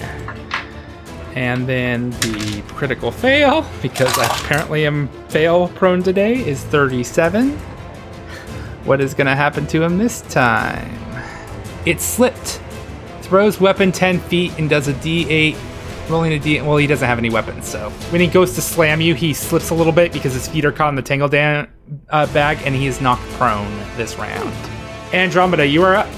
S1: And then the critical fail, because I apparently am fail prone today, is 37. What is going to happen to him this time? It slipped. Throws weapon 10 feet and does a d8. Rolling a d8. Well, he doesn't have any weapons, so. When he goes to slam you, he slips a little bit because his feet are caught in the tangle dan- uh, bag and he is knocked prone this round. Andromeda, you are up.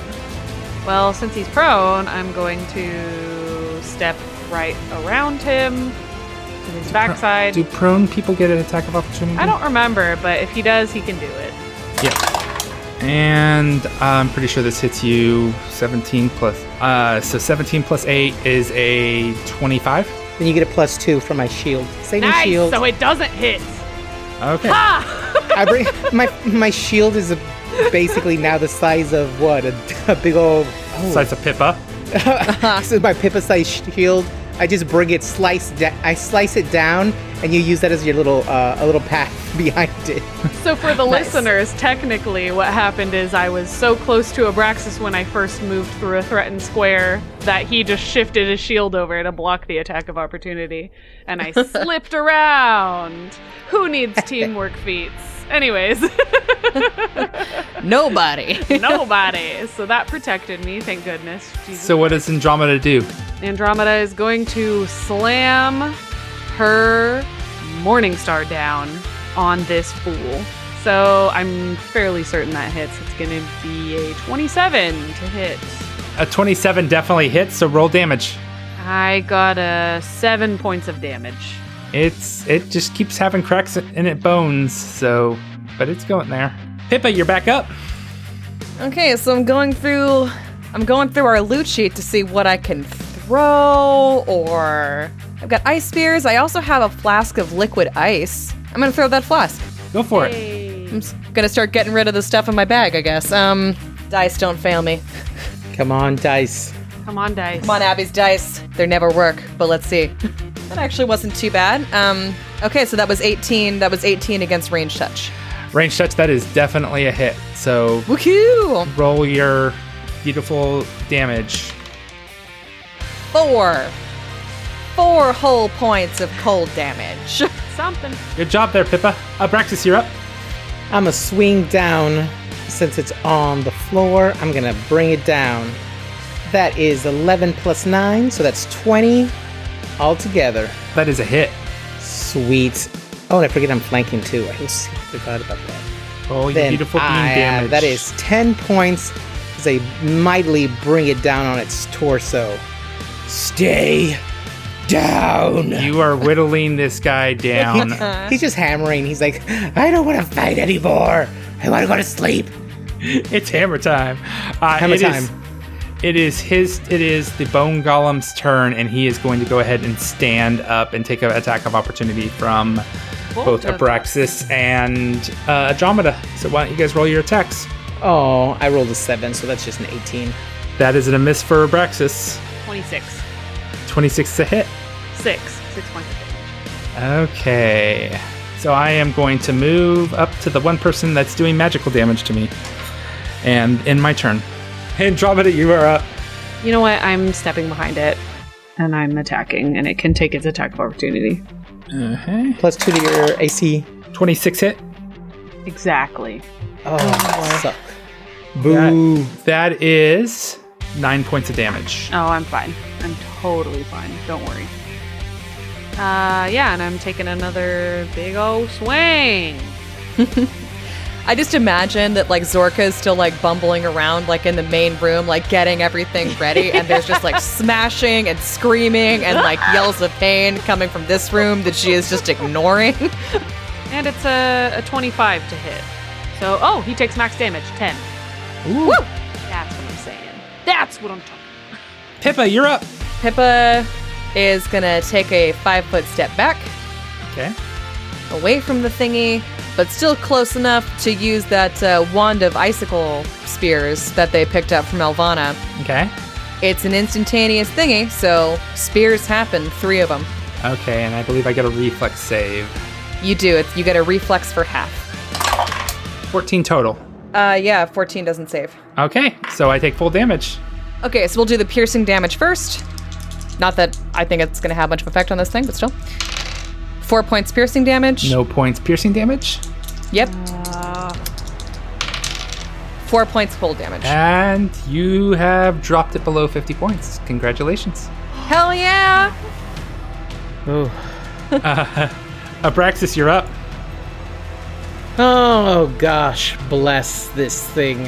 S3: Well, since he's prone, I'm going to step right around him to his backside.
S1: Do prone people get an attack of opportunity?
S3: I don't remember, but if he does, he can do it.
S1: Yeah. And I'm pretty sure this hits you 17 plus. Uh, so 17 plus 8 is a 25.
S4: Then you get a plus two for my shield. Saving
S3: Nice.
S4: shield.
S3: So it doesn't hit.
S1: Okay.
S4: I bring my my shield is basically now the size of what a, a big old. Oh,
S1: Size of Pippa.
S4: This is my Pippa sized shield. I just bring it sliced. Da- I slice it down, and you use that as your little uh, a little path behind it.
S3: So for the listeners, technically, what happened is I was so close to Abraxas when I first moved through a threatened square that he just shifted his shield over to block the attack of opportunity, and I slipped around. Who needs teamwork feats? Anyways.
S5: Nobody.
S3: Nobody. So that protected me, thank goodness. Jesus.
S1: So what does Andromeda do?
S3: Andromeda is going to slam her Morning Star down on this fool. So I'm fairly certain that hits. It's going to be a 27 to hit.
S1: A 27 definitely hits, so roll damage.
S3: I got a seven points of damage.
S1: It's it just keeps having cracks in it bones, so but it's going there. Pippa, you're back up.
S5: Okay, so I'm going through I'm going through our loot sheet to see what I can throw or I've got ice spears. I also have a flask of liquid ice. I'm going to throw that flask.
S1: Go for it.
S3: Hey.
S5: I'm s- gonna start getting rid of the stuff in my bag, I guess. Um, dice don't fail me.
S4: Come on, dice.
S3: Come on, dice.
S5: Come on, Abby's dice. They never work, but let's see. That actually wasn't too bad. Um, okay, so that was 18. That was 18 against range touch.
S1: Range touch, that is definitely a hit. So
S5: Woohoo!
S1: roll your beautiful damage.
S5: Four. Four whole points of cold damage.
S3: Something.
S1: Good job there, Pippa. Abraxas, you're up.
S4: I'm gonna swing down since it's on the floor. I'm gonna bring it down. That is 11 plus 9, so that's 20 altogether.
S1: That is a hit.
S4: Sweet. Oh, and I forget I'm flanking too. I just forgot about that.
S1: Roll your
S4: Then
S1: beautiful beam
S4: I, uh,
S1: damage.
S4: that is 10 points as I mightily bring it down on its torso. Stay down.
S1: You are whittling this guy down.
S4: He's just hammering. He's like, I don't want to fight anymore. I want to go to sleep.
S1: it's hammer time. Uh,
S4: Hammer
S1: it is-
S4: time.
S1: it is his. It is the bone golem's turn, and he is going to go ahead and stand up and take an attack of opportunity from both
S3: Both of them.
S1: Abraxas and uh, Andromeda. So why don't you guys roll your attacks?
S4: Oh, I rolled a 7, so that's just an 18.
S1: That is a miss for Abraxas.
S3: 26.
S1: Twenty-six to hit.
S3: 6. 6 points of damage.
S1: Okay. So I am going to move up to the one person that's doing magical damage to me. And in my turn. Andromeda, you are up.
S3: You know what? I'm stepping behind it. And I'm attacking, and it can take its attack of opportunity.
S1: Okay.
S4: Plus 2 to your AC.
S1: 26 Uh-huh. hit.
S3: Exactly.
S4: Oh, suck.
S1: Boo. that is nine points of damage.
S3: Oh, I'm fine. I'm totally fine. Don't worry. Uh, yeah, and I'm taking another big old swing.
S5: I just imagine that like Zorka is still like bumbling around like in the main room, like getting everything ready, and there's just like smashing and screaming and like yells of pain coming from this room that she is just ignoring.
S3: And it's a, a 25 to hit. So, oh, he takes max damage 10.
S1: Ooh.
S3: That's what I'm saying. That's what I'm talking
S1: Pippa, you're up.
S5: Pippa is gonna take a five foot step back
S1: Okay.
S5: away from the thingy, but still close enough to use that uh, wand of icicle spears that they picked up from Elvana.
S1: Okay.
S5: It's an instantaneous thingy, so spears happen, three of them.
S1: Okay, and I believe I get a reflex save.
S5: You do it. You get a reflex for half.
S1: 14 total.
S5: Uh, yeah, 14 doesn't save.
S1: Okay, so I take full damage.
S5: Okay, so we'll do the piercing damage first. Not that I think it's going to have much of effect on this thing, but still. Four points piercing damage.
S1: No points piercing damage.
S5: Yep. Four points cold damage.
S1: Ah. And you have dropped it below 50 points. Congratulations.
S5: Hell yeah!
S1: Abraxas, you're up.
S4: Oh gosh, bless this thing.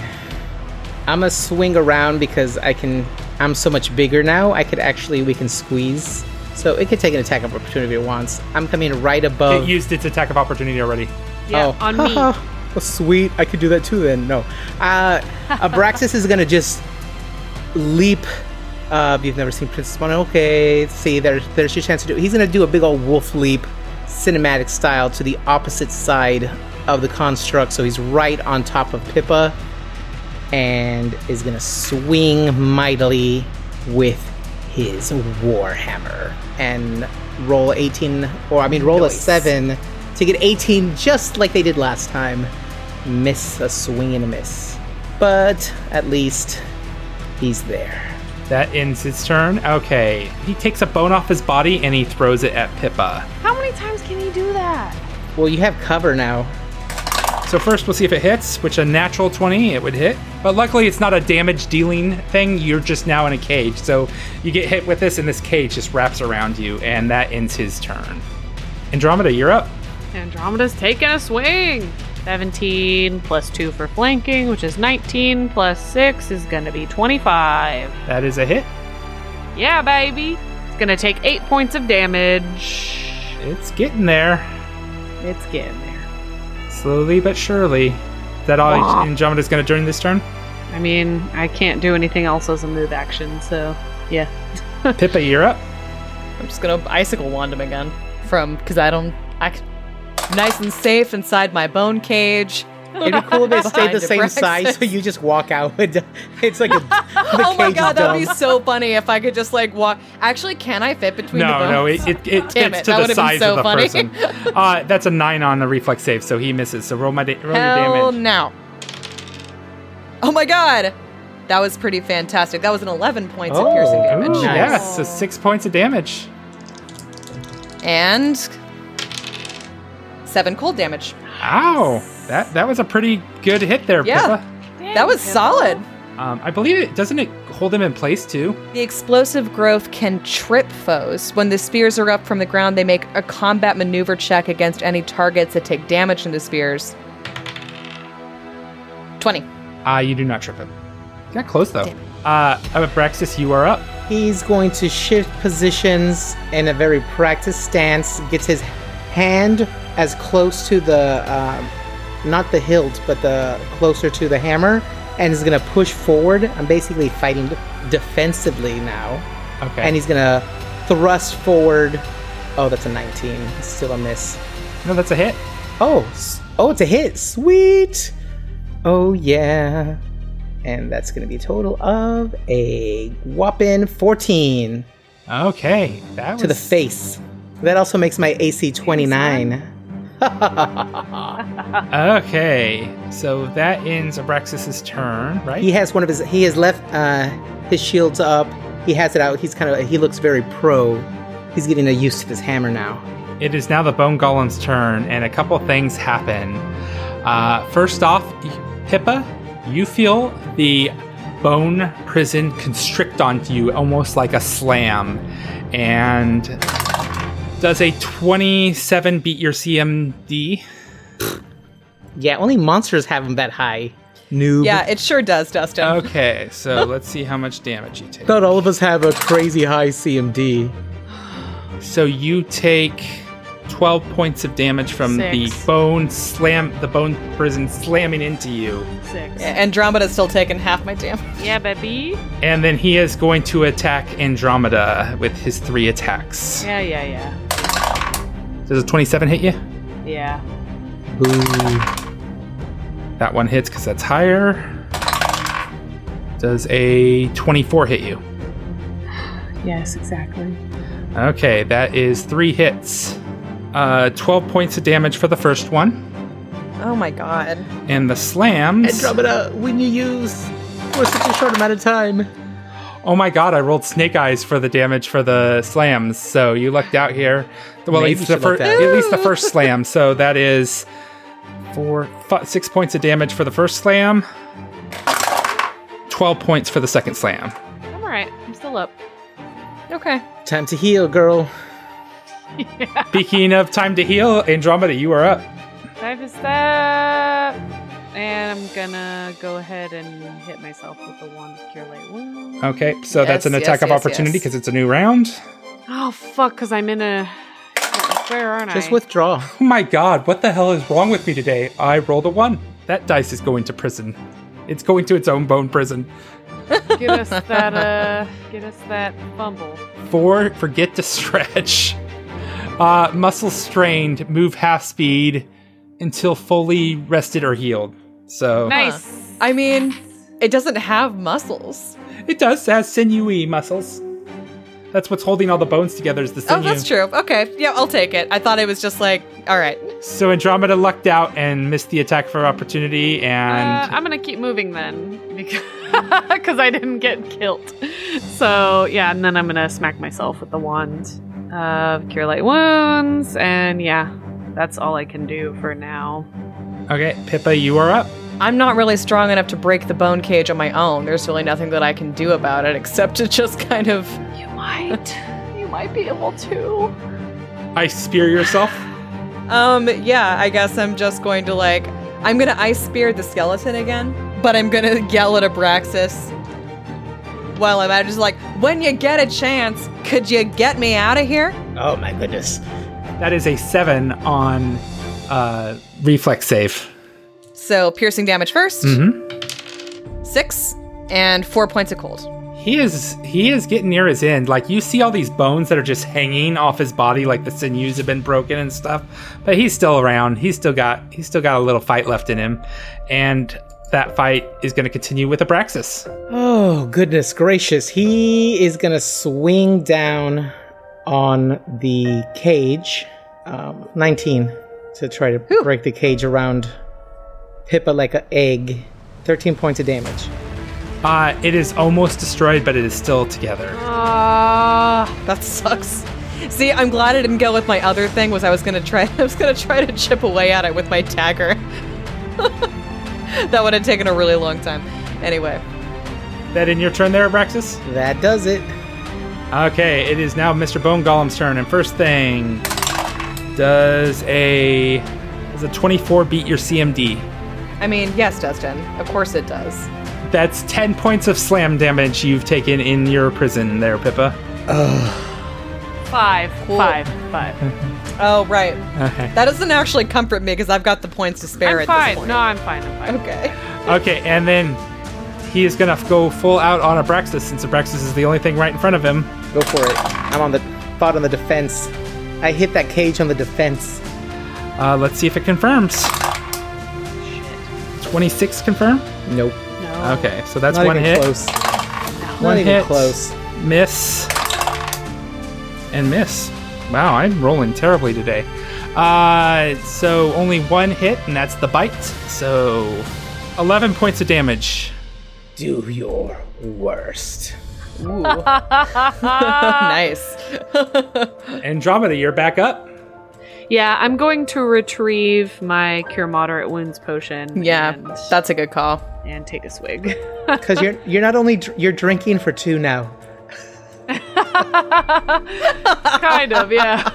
S4: I'm gonna swing around because I can. I'm so much bigger now. I could actually we can squeeze, so it could take an attack of opportunity if it wants. I'm coming right above.
S1: It used its attack of opportunity already.
S3: about.
S4: Oh.
S3: Yeah, on me.
S4: Well, sweet, I could do that too. Then no, uh, Abraxas is gonna just leap. Uh, you've never seen Princess Mononoke. Okay, see, there's there's your chance to do. it. He's gonna do a big old wolf leap, cinematic style, to the opposite side of the construct. So he's right on top of Pippa, and is gonna swing mightily with his warhammer and roll 18, or I mean roll a seven to get 18, just like they did last time. Miss a swing and a miss, but at least he's there.
S1: That ends his turn. Okay. He takes a bone off his body and he throws it at Pippa.
S3: How many times can he do that?
S4: Well, you have cover now.
S1: So first we'll see if it hits, which a natural 20 it would hit. But luckily it's not a damage dealing thing. You're just now in a cage. So you get hit with this and this cage just wraps around you and that ends his turn. Andromeda, you're up.
S3: Andromeda's taking a swing. 17 plus 2 for flanking, which is 19 plus 6 is going to be 25.
S1: That is a hit.
S3: Yeah, baby. It's going to take 8 points of damage.
S1: It's getting there.
S3: It's getting there.
S1: Slowly but surely. Is that all Andromeda's going to do during this turn?
S3: I mean, I can't do anything else as a move action, so yeah.
S1: Pippa, you're up.
S5: I'm just going to icicle wand him again. From, because I don't. I, c- nice and safe inside my bone cage.
S4: It'd be cool if it stayed
S5: Behind
S4: the
S5: the
S4: same
S5: Brexit.
S4: size, so you just walk out. With, it's like a, the
S5: Oh my
S4: cage is
S5: god, that would be
S4: dumb.
S5: so funny if I could just like walk. Actually, can I fit between the
S1: No,
S5: bones?
S1: no, it, it, it
S5: Damn
S1: tips to
S5: it, that
S1: the
S5: would've been
S1: size
S5: so
S1: of the
S5: funny.
S1: person. Uh, that's a nine on the reflex save, so he misses. So roll my da- roll your
S5: Hell
S1: damage.
S5: no. Oh my god. That was pretty fantastic. That was an 11 points
S1: Oh.
S5: of piercing damage.
S1: Ooh,
S4: Nice.
S1: Yes, so six points of damage.
S5: And 7 cold damage.
S1: Ow, that that was a pretty good hit there,
S5: Yeah.
S1: Pippa.
S5: That was solid.
S1: Um, I believe it doesn't it hold him in place too.
S5: The explosive growth can trip foes. When the spears are up from the ground, they make a combat maneuver check against any targets that take damage from the spears. 20.
S1: Ah, you do not trip him. Got close though. Uh, Abraxas, you are up.
S4: He's going to shift positions in a very practiced stance. Gets his hand as close to the, um, not the hilt, but the closer to the hammer, and is gonna push forward. I'm basically fighting defensively now,
S1: Okay.
S4: and he's gonna thrust forward. Oh, that's a 19. It's Still a miss.
S1: no, that's a hit.
S4: Oh, s- oh, it's a hit. Sweet. Oh yeah. And that's gonna be a total of a whopping 14
S1: Okay, that was
S4: to the face. That also makes my AC 29.
S1: Okay, so that ends Abraxas's turn, right?
S4: He has one of his. He has left uh, his shields up. He has it out. He's kind of. He looks very pro. He's getting a use to this hammer now.
S1: It is now the Bone Golem's turn, and a couple things happen. Uh, first off, Pippa, you feel the bone prison constrict onto you, almost like a slam. And does a 27 beat your CMD?
S4: Yeah, only monsters have him that high. Noob.
S5: Yeah, it sure does, Dustin.
S1: Okay, so let's see how much damage you take.
S4: Not all of us have a crazy high CMD.
S1: So you take 12 points of damage from
S3: Six.
S1: the bone slam, the bone prison slamming into you.
S3: Six. Yeah,
S5: Andromeda's still taking half my damage.
S3: baby.
S1: And then he is going to attack Andromeda with his three attacks.
S3: Yeah, yeah,
S1: Does a 27 hit you?
S3: yeah. Yeah.
S4: Ooh.
S1: That one hits because that's higher. Does a 24 hit you?
S3: Yes, exactly.
S1: Okay, that is three hits. Uh, 12 points of damage for the first one.
S5: Oh my god.
S1: And the slams.
S4: Andromeda, when you use for such a short amount of time.
S1: Oh my god, I rolled snake eyes for the damage for the slams, so you lucked out here. Well, at,
S4: Maybe you
S1: least the
S4: should luck
S1: fir-
S4: out.
S1: at least the first slam, so that is four, fi- six points of damage for the first slam, 12 points for the second slam.
S3: I'm alright. I'm still up.
S5: Okay.
S4: Time to heal, girl.
S1: Speaking of time to heal, Andromeda, you are up.
S3: Dive is that. And I'm gonna go ahead and hit myself with the wand of cure light wounds.
S1: Okay, so that's
S5: Yes,
S1: an
S5: yes,
S1: attack of
S5: yes,
S1: opportunity
S5: yes.
S1: because it's a new round.
S3: Oh fuck! Because I'm in a. Where aren't I?
S4: Just withdraw.
S1: Oh my god, what the hell is wrong with me today? I rolled a one. That dice is going to prison. It's going to its own bone prison.
S3: get us that. Uh, get us that bumble.
S1: Four, forget to stretch. Uh, muscle strained, move half speed until fully rested or healed. So
S3: Nice.
S5: I mean, it doesn't have muscles.
S1: it does have sinewy muscles. That's what's holding all the bones together is the
S5: Oh,
S1: sinew.
S5: that's true. Okay. Yeah, I'll take it. I thought it was just like, all right.
S1: So Andromeda lucked out and missed the attack for opportunity,
S3: Uh,
S1: and
S3: I'm gonna keep moving then because I didn't get killed. So yeah, and then I'm gonna smack myself with the wand of cure light wounds, and yeah, that's all I can do for now.
S1: okay, Pippa, you are up.
S5: I'm not really strong enough to break the bone cage on my own. There's really nothing that I can do about it except to just kind of.
S3: You might, you might be able to.
S1: I spear yourself.
S5: Um, yeah, I guess I'm just going to like. I'm gonna ice spear the skeleton again, but I'm gonna yell at Abraxas. Well, I'm at it, just like, when you get a chance, could you get me out of here?
S4: Oh my goodness.
S1: That is a seven on uh, reflex save.
S5: So piercing damage 1st
S1: Mhm.
S5: six, and four points of cold.
S1: He is he is getting near his end. Like you see all these bones that are just hanging off his body, like the sinews have been broken and stuff. But he's still around. He's still got he's still got a little fight left in him, and that fight is going to continue with Abraxas.
S4: Oh, goodness gracious. He is going to swing down on the cage. Um, 19 to try to break the cage around Pippa like an egg. 13 points of damage.
S1: Uh, it is almost destroyed, but it is still together.
S3: Uh,
S5: That sucks. See, I'm glad I didn't go with my other thing. Was I was gonna try? I was gonna try to chip away at it with my dagger. that would have taken a really long time. Anyway,
S1: That in your turn there, Abraxas?
S4: That does it.
S1: Okay, it is now Mr. Bone Golem's turn, and first thing does a does a 24 beat your CMD?
S5: I mean, yes, Dustin. Of course it does.
S1: That's 10 points of slam damage you've taken in your prison there, Pippa.
S3: five, five, five.
S5: Oh right,
S1: Okay.
S5: that doesn't actually comfort me because I've got the points to spare
S3: I'm
S5: at this
S3: fine.
S5: point.
S3: No, I'm fine. I'm fine.
S5: Okay.
S1: Okay, and then he is gonna go full out on Abraxas since Abraxas is the only thing right in front of him.
S4: Go for it. I'm on the thought on the defense. I hit that cage on the defense.
S1: Uh, let's see if it confirms. 26 confirm?
S4: Nope.
S3: No.
S1: Okay, so that's
S4: Not
S1: one
S4: even
S1: hit.
S4: close.
S1: One
S4: Not even
S1: hit.
S4: close.
S1: miss and miss wow i'm rolling terribly today uh so only one hit and that's the bite so 11 points of damage
S4: Do your worst.
S5: Ooh.
S3: Uh,
S5: nice.
S1: andromeda you're back up
S3: Yeah, I'm going to retrieve my cure moderate wounds potion.
S5: Yeah,
S3: and,
S5: that's a good call.
S3: and take a swig.
S4: Because you're you're not only dr- you're drinking for two now.
S3: kind of, yeah.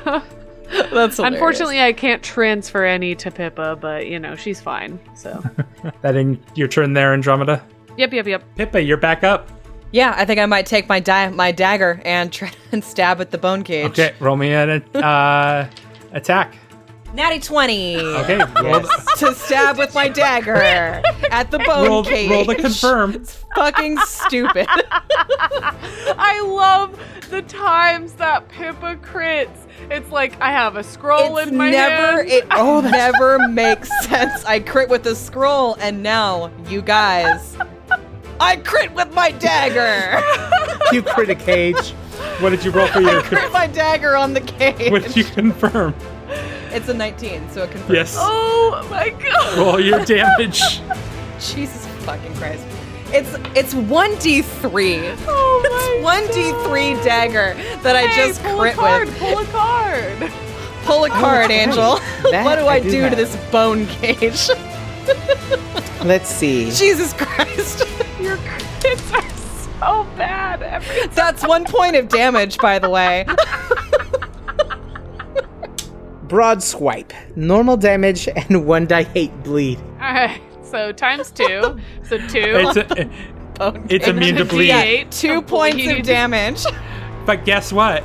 S5: That's hilarious.
S3: Unfortunately, I can't transfer any to Pippa, but you know she's fine. So,
S1: that in your turn there andromeda
S3: yep, yep, yep.
S1: pippa you're back up
S5: Yeah, I think I might take my di- my dagger and try and stab at the bone cage.
S1: okay roll me an uh attack
S5: Natty 20
S1: okay roll, the,
S5: to stab with my dagger at the bone
S1: roll,
S5: cage.
S1: roll the confirm
S5: Fucking stupid.
S3: I love the times that Pippa crits. It's like I have a scroll
S5: it's
S3: in my
S5: never
S3: hand.
S5: it oh, never makes sense. I crit with a scroll and now you guys I crit with my dagger.
S4: You crit a cage.
S1: what did you roll for your
S5: crit my dagger on the cage.
S1: what did you confirm
S5: It's a 19, so it confirms.
S1: yes
S3: oh my god!
S1: roll your damage
S5: Jesus fucking Christ. It's it's 1d3.
S3: Oh my
S5: It's 1d3 dagger that I
S3: Hey,
S5: just
S3: pull
S5: crit
S3: a card, Oh,
S5: with.
S3: Pull a card.
S5: Pull a card,
S4: okay.
S5: Angel.
S4: That
S5: what do I,
S4: I
S5: do,
S4: do
S5: to
S4: have.
S5: this bone cage?
S4: Let's see.
S5: Jesus Christ.
S3: Your crits are so bad. Every
S5: That's one point of damage, by the way.
S4: Broad swipe. Normal damage and one die eight bleed.
S3: All right, so times two, so two.
S1: it's a,
S5: Bone
S1: it's
S5: cage.
S1: immune to
S3: D8
S1: bleed
S5: Two
S3: of
S5: points
S3: bleed.
S5: of damage.
S1: But guess what?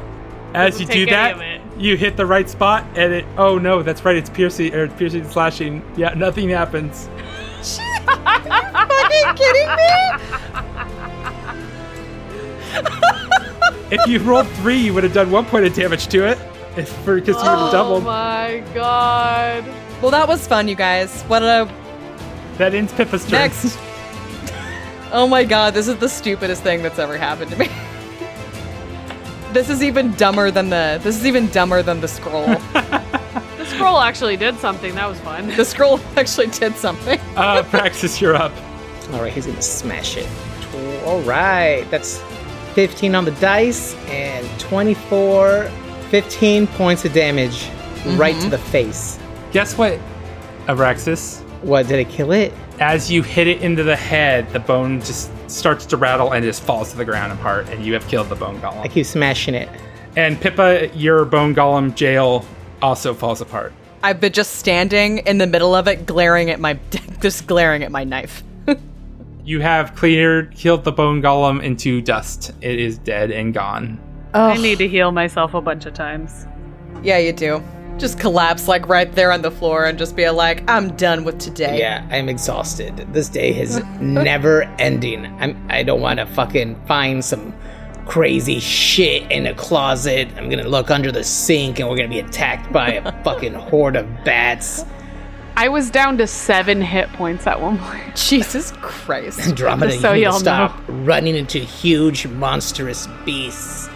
S1: As you do
S3: Doesn't take any of
S1: that,
S3: it.
S1: you hit the right spot, and it. Oh no, that's right. It's piercing or piercing slashing. Yeah, nothing happens.
S5: Are you fucking kidding me?
S1: If you rolled three, you would have done one point of damage to it. If for because you would have
S3: Oh
S1: doubled.
S3: my god.
S5: Well, that was fun, you guys. What a
S1: That ends Pippa's turn.
S5: next. Oh my god, this is the stupidest thing that's ever happened to me. This is even dumber than the this is even dumber than the scroll.
S3: The scroll actually did something. That was fun.
S5: the scroll actually did something.
S1: Uh, Praxis, you're up.
S4: All right, he's gonna smash it. Tw- All right, that's 15 on the dice and 24, 15 points of damage right
S5: Mm-hmm.
S4: to the face.
S1: Guess what, Abraxas?
S4: What did it kill it?
S1: As you hit it into the head, the bone just starts to rattle and just falls to the ground apart, and you have killed the bone
S4: I
S1: golem.
S4: keep smashing it.
S1: And Pippa, your bone golem jail also falls apart.
S5: I've been just standing in the middle of it, glaring at my just glaring at my knife.
S1: You have cleared, killed the bone golem into dust. It is dead and gone.
S5: Oh.
S3: I need to heal myself a bunch of times.
S5: Yeah, you do. just collapse like right there on the floor and just be like, I'm done with today.
S4: Yeah, I'm exhausted. This day is never ending. I'm I don't want to fucking find some crazy shit in a closet. I'm going to look under the sink and we're going to be attacked by a fucking horde of bats.
S3: I was down to seven hit points at one point.
S5: Jesus Christ.
S4: Andromeda,
S3: Just so
S4: you need to
S3: y'all
S4: stop running into huge monstrous beasts.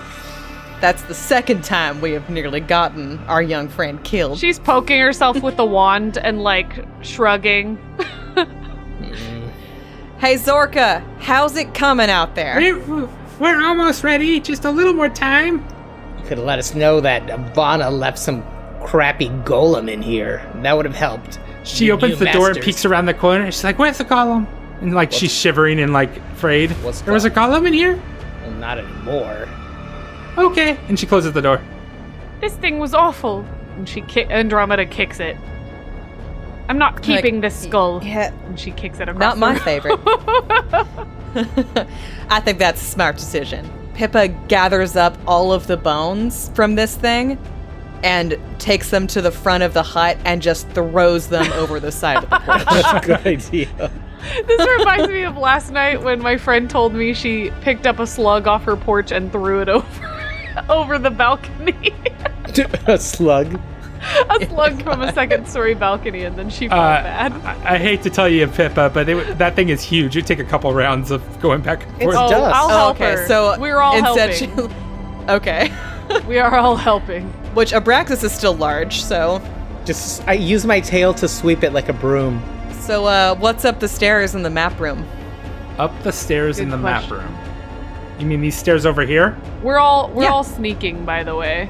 S5: That's the second time we have nearly gotten our young friend killed.
S3: She's poking herself with the wand and like shrugging.
S5: hey, Zorka, how's it coming out there?
S1: We're, we're almost ready. Just a little more time.
S4: You could have let us know that Ivana left some crappy golem in here. That would have helped.
S1: She
S4: You
S1: opens the door and
S4: masters.
S1: peeks around the corner. She's like, "Where's the column?" And like she's shivering and like afraid.
S4: What's
S1: there was a column in here?
S4: Well, not anymore.
S1: Okay. And she closes the door.
S3: This thing was awful. And she ki- Andromeda kicks it. I'm not keeping this skull.
S5: Yeah,
S3: And she kicks it across.
S5: not
S3: the
S5: my
S3: room.
S5: favorite. I think that's a smart decision. Pippa gathers up all of the bones from this thing and takes them to the front of the hut and just throws them over the side of the porch.
S4: Good idea.
S3: This reminds me of last night when my friend told me she picked up a slug off her porch and threw it over over the balcony.
S4: a slug.
S3: a slug from a second story balcony and then she felt
S1: Uh,
S3: bad.
S1: I, I hate to tell you, Pippa, but it, w- that thing is huge. It'd take a couple rounds of going back and forth.
S3: Oh,
S4: dust.
S3: I'll
S4: Oh,
S3: help
S5: okay,
S3: her.
S5: so
S3: we're all
S5: instead
S3: helping.
S5: she- okay.
S3: We are all helping.
S5: Which Abraxas is still large, so
S4: Just I use my tail to sweep it like a broom.
S5: so uh, what's up the stairs in the map room?
S1: Up the stairs in
S3: Good
S1: the
S3: question.
S1: map room. You mean these stairs over here?
S3: We're all we're
S5: Yeah.
S3: all sneaking, by the way.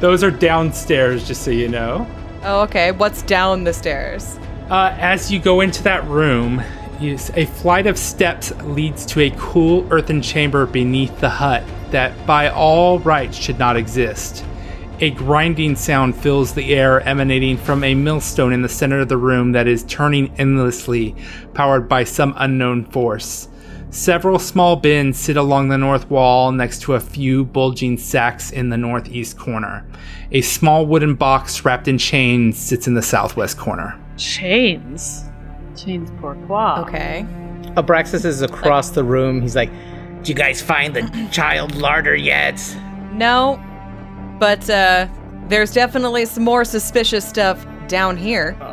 S1: Those are downstairs, just so you know.
S5: Oh, okay. What's down the stairs?
S1: Uh, as you go into that room, you, s- a flight of steps leads to a cool earthen chamber beneath the hut that, by all rights, should not exist. A grinding sound fills the air, emanating from a millstone in the center of the room that is turning endlessly, powered by some unknown force. Several small bins sit along the north wall next to a few bulging sacks in the northeast corner. A small wooden box wrapped in chains sits in the southwest corner.
S3: Chains. Chains pourquoi?
S5: Okay.
S4: Abraxas is across the room. He's like, "Do you guys find the child larder yet?"
S5: No, but uh, there's definitely some more suspicious stuff down here.
S4: Uh,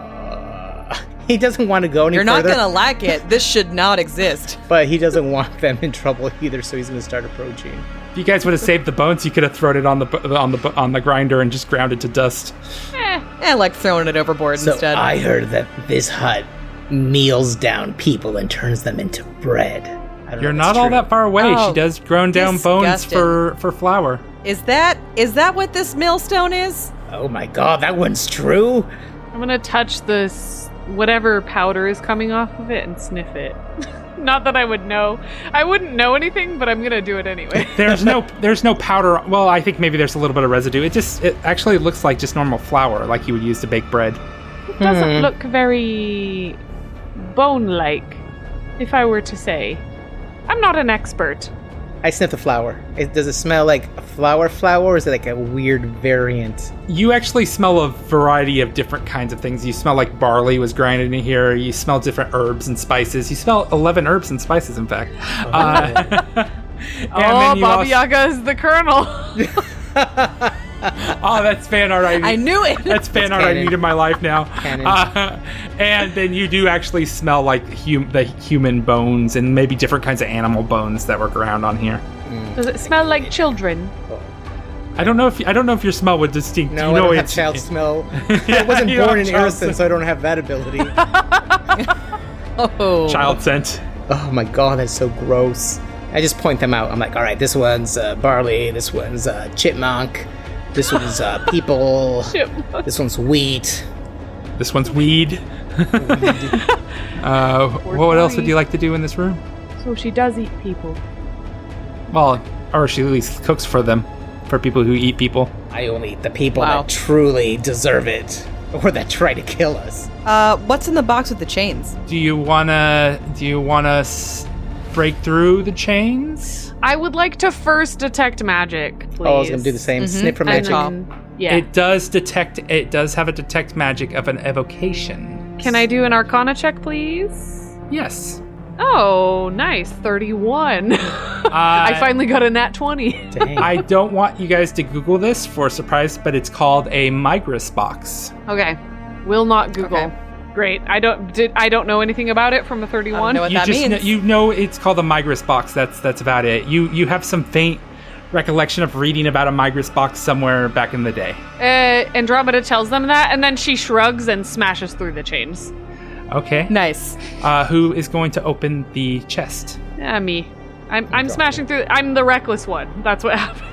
S4: he doesn't want to go any
S5: You're not
S4: further,
S5: gonna like it. This should not exist.
S4: but he doesn't want them in trouble either. So he's going to start approaching.
S1: If you guys would have saved the bones, you could have thrown it on the bu- on the bu- on the grinder and just ground it to dust.
S5: I Eh, like throwing it overboard
S4: So
S5: instead.
S4: I heard that this hut meals down people and turns them into bread. I don't know
S1: You're
S4: if
S1: not
S4: that's
S1: all
S4: true.
S1: that far away.
S5: Oh,
S1: she does ground down bones
S5: disgusting.
S1: for for flour.
S5: is that is that what this millstone is?
S4: Oh my god, that one's true.
S3: I'm gonna touch this whatever powder is coming off of it and sniff it. Not that I would know. I wouldn't know anything, but I'm gonna do it anyway.
S1: There's no there's no powder. Well, I think maybe there's a little bit of residue. It just it actually looks like just normal flour, like you would use to bake bread.
S3: It doesn't look very bone like, if I were to say. I'm not an expert.
S4: I sniff the flower. It, does it smell like flower flower, or is it like a weird variant?
S1: You actually smell a variety of different kinds of things. You smell like barley was grinded in here. You smell different herbs and spices. You smell eleven herbs and spices, in fact. Uh, and then
S3: oh,
S1: you
S3: Baba
S1: also-
S3: Yaga is the colonel.
S1: Oh, that's fan art. I
S5: I knew it.
S1: That's fan art I
S4: canon.
S1: need in my life now.
S4: Canon.
S1: Uh, and then you do actually smell like hum- the human bones and maybe different kinds of animal bones that were ground on here.
S3: Does it smell like children?
S1: I don't know if I don't know if your smell would distinct. you
S4: No, I
S1: know
S4: don't have
S1: it's-
S4: child smell.
S1: Yeah,
S4: I wasn't
S1: you
S4: born
S1: don't
S4: in
S1: have child
S4: Ariston, so I don't have that ability.
S5: oh.
S1: child scent.
S4: oh my god, that's so gross. I just point them out. I'm like, all right, this one's uh, barley, this one's uh, chipmunk, this one's uh, people, this one's wheat.
S1: This one's weed. uh, what else would you like to do in this room?
S3: So she does eat people.
S1: Well, or she at least cooks for them, for people who eat people.
S4: I only eat the people
S5: Wow.
S4: that truly deserve it, or that try to kill us.
S5: Uh, what's in the box with the chains?
S1: Do you wanna? Do you wanna? S- break through the chains.
S3: I would like to first detect magic, please.
S4: Oh, I was gonna do the same.
S1: Mm-hmm.
S4: Snip for
S3: And
S4: magic.
S3: then- yeah.
S1: It does detect. It does have a detect magic of an evocation.
S3: Can I do an arcana check, please?
S1: Yes.
S3: Oh, nice. 31.
S1: Uh,
S3: I finally got a nat 20.
S4: Dang.
S1: I don't want you guys to Google this for a surprise, but it's called a Migris box.
S3: okay. Will not Google.
S5: Okay.
S3: Great. I don't did I don't know anything about it from the 31.
S5: know what
S1: you
S5: that
S1: just
S5: means.
S1: Know, you know it's called a Migris box. That's that's about it. You you have some faint recollection of reading about a Migris box somewhere back in the day.
S3: Uh, Andromeda tells them that, and then she shrugs and smashes through the chains.
S1: Okay.
S5: Nice.
S1: Uh, who is going to open the chest?
S3: Ah, me. I'm, I'm smashing through. I'm the reckless one. That's what happened.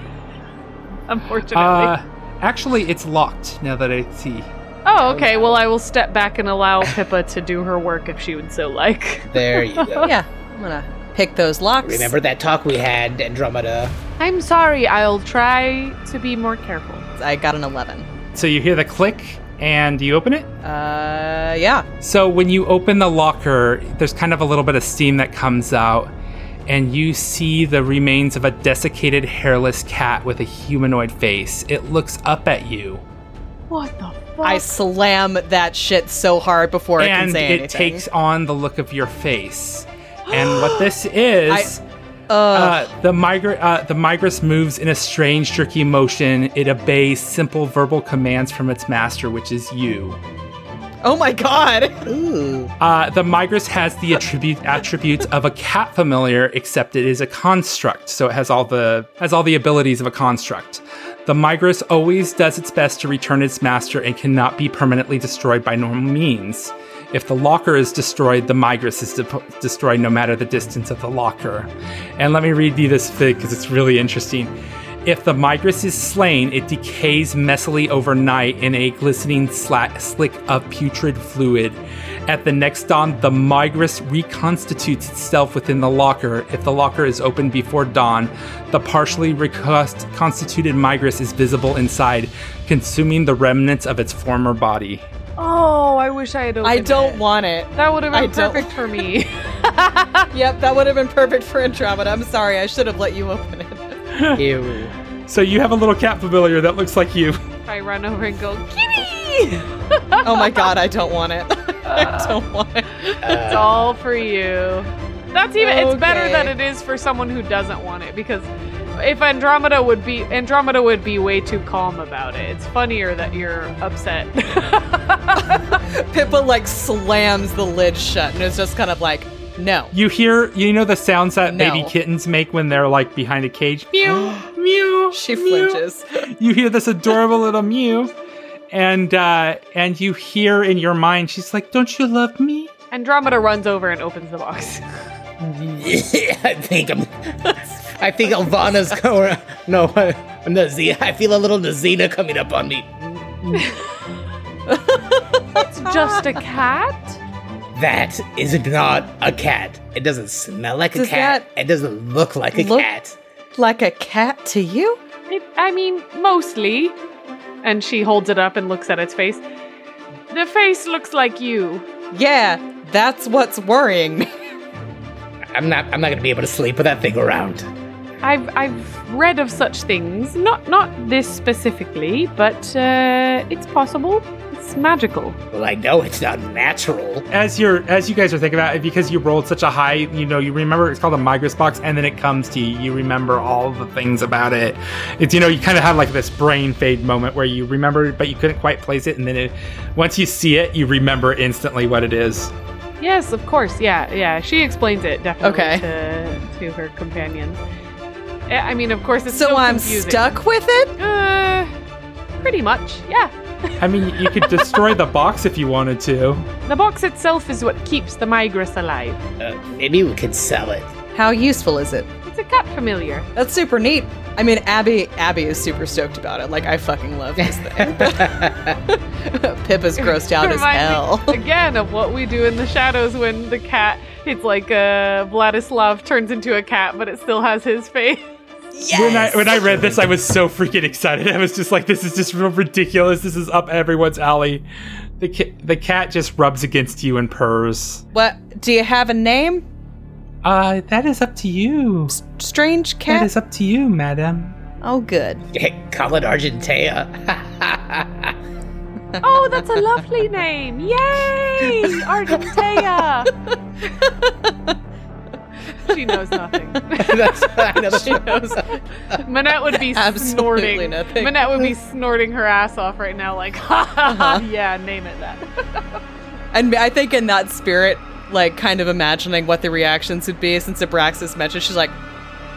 S3: Unfortunately.
S1: Uh, actually, it's locked now that I see.
S3: oh, okay. Well, I will step back and allow Pippa to do her work if she would so like.
S4: there you go.
S5: Yeah, I'm gonna pick those locks.
S4: Remember that talk we had, Andromeda?
S3: I'm sorry. I'll try to be more careful.
S5: I got an 11.
S1: So you hear the click and you open it.
S5: Uh, yeah.
S1: So when you open the locker, there's kind of a little bit of steam that comes out, and you see the remains of a desiccated hairless cat with a humanoid face. It looks up at you,
S3: What the fuck?
S5: I slam that shit so hard before it can
S1: and
S5: say
S1: it
S5: anything.
S1: takes on the look of your face. and what this is.
S5: Uh,
S1: Uh, the migra- uh, the migris moves in a strange, jerky motion. It obeys simple verbal commands from its master, which is you.
S5: oh my god.
S4: Ooh.
S1: Uh, the migris has the attribute attributes of a cat familiar, except it is a construct, so it has all the has all the abilities of a construct. The migris always does its best to return its master and cannot be permanently destroyed by normal means. If the locker is destroyed, the migris is de- destroyed no matter the distance of the locker. And let me read you this fig because it's really interesting. If the migris is slain, it decays messily overnight in a glistening sla- slick of putrid fluid. At the next dawn, the migris reconstitutes itself within the locker. If the locker is opened before dawn, the partially reconst- constituted migris is visible inside, consuming the remnants of its former body.
S3: oh, I wish I had opened
S5: I don't
S3: it.
S5: want it.
S3: That would have
S5: I
S3: been
S5: don't-
S3: perfect for me.
S5: Yep, that would have been perfect for Andromeda. I'm sorry, I should have let you open it.
S4: Ew.
S1: So you have a little cat familiar that looks like you.
S3: if I run over and go,
S5: Kitty! oh my god, I don't want it. I don't want it.
S3: It's all for you. That's even it's better
S5: Okay.
S3: than it is for someone who doesn't want it because if Andromeda would be Andromeda would be way too calm about it. It's funnier that you're upset.
S5: Pippa like slams the lid shut and is just kind of like, no.
S1: You hear, you know the sounds that
S5: No.
S1: baby kittens make when they're like behind a cage. Mew, mew.
S5: She
S1: mew.
S5: flinches.
S1: you hear this adorable little mew and uh and you hear in your mind she's like don't you love me
S3: Andromeda runs over and opens the box.
S4: I think I'm. I think Alvana's going. No, uh, Nazina. I feel a little Nazina coming up on me.
S3: It's just a cat?
S4: That is not a cat. It doesn't smell like
S5: Does
S4: a cat.
S5: that
S4: It doesn't look like a
S5: look-
S4: cat.
S5: Like a cat to you?
S3: It, I mean, mostly. And she holds it up and looks at its face. The face looks like you.
S5: Yeah, that's what's worrying me.
S4: I'm not. I'm not gonna be able to sleep with that thing around.
S3: I've I've read of such things. Not not this specifically, but uh, it's possible. It's magical.
S4: Well, I know it's not natural.
S1: as you're as you guys are thinking about it because you rolled such a high you know you remember it's called a migris box and then it comes to you you remember all the things about it it's you know you kind of had like this brain fade moment where you remember but you couldn't quite place it and then it, once you see it you remember instantly what it is
S3: Yes, of course. Yeah, yeah. She explains it definitely
S5: Okay.
S3: to, to her companions. I I mean, of course, it's
S5: So I'm
S3: confusing.
S5: stuck with it?
S3: Uh, pretty much. Yeah.
S1: i mean you could destroy the box if you wanted to
S3: The box itself is what keeps the migris alive.
S4: Uh, maybe we could sell it.
S5: How useful is it?
S3: It's a cat familiar.
S5: That's super neat. I mean, Abby Abby is super stoked about it. Like, I fucking love this thing. Pippa's grossed out as
S3: Reminds me
S5: hell.
S3: again of what we do in the shadows when the cat. It's like uh, Vladislav turns into a cat, but it still has his face.
S1: When I when I read this, I was so freaking excited. I was just like, "This is just real ridiculous. This is up everyone's alley." The ca- the cat just rubs against you and purrs.
S5: What? Do you have a name?
S1: Uh, that is up to you.
S5: Strange
S1: That
S5: cat.
S1: is up to you, madam.
S5: oh, good.
S4: Call it Argentea.
S3: Oh, that's a lovely name. Yay! Argentea. she knows nothing.
S4: That's I know that's what-
S3: Manette would be
S5: Absolutely
S3: snorting.
S5: nothing.
S3: Manette would be snorting her ass off right now, like, ha ha ha,
S5: Uh-huh.
S3: yeah, name it that.
S5: And I think in that spirit, like kind of imagining what the reactions would be since Abraxas mentioned, she's like,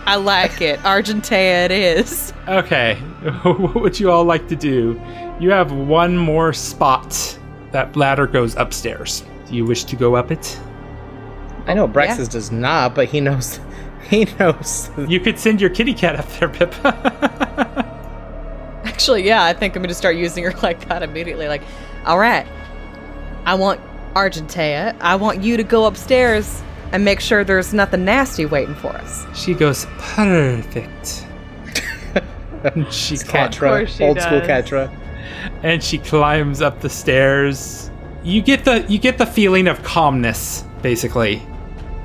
S5: I like it. Argentea it is.
S1: Okay, what would you all like to do? You have one more spot. That ladder goes upstairs. Do you wish to go up it?
S4: I know Brexis does not, but he knows. He knows.
S1: You could send your kitty cat up there, Pippa.
S5: Actually, yeah, I think I'm going to start using her like that immediately. Like, all right, I want Argentea. I want you to go upstairs and make sure there's nothing nasty waiting for us.
S1: she goes perfect. And she climbs,
S4: Catra,
S3: course she
S4: old school
S3: does.
S4: Catra.
S1: and she climbs up the stairs. You get the you get the feeling of calmness basically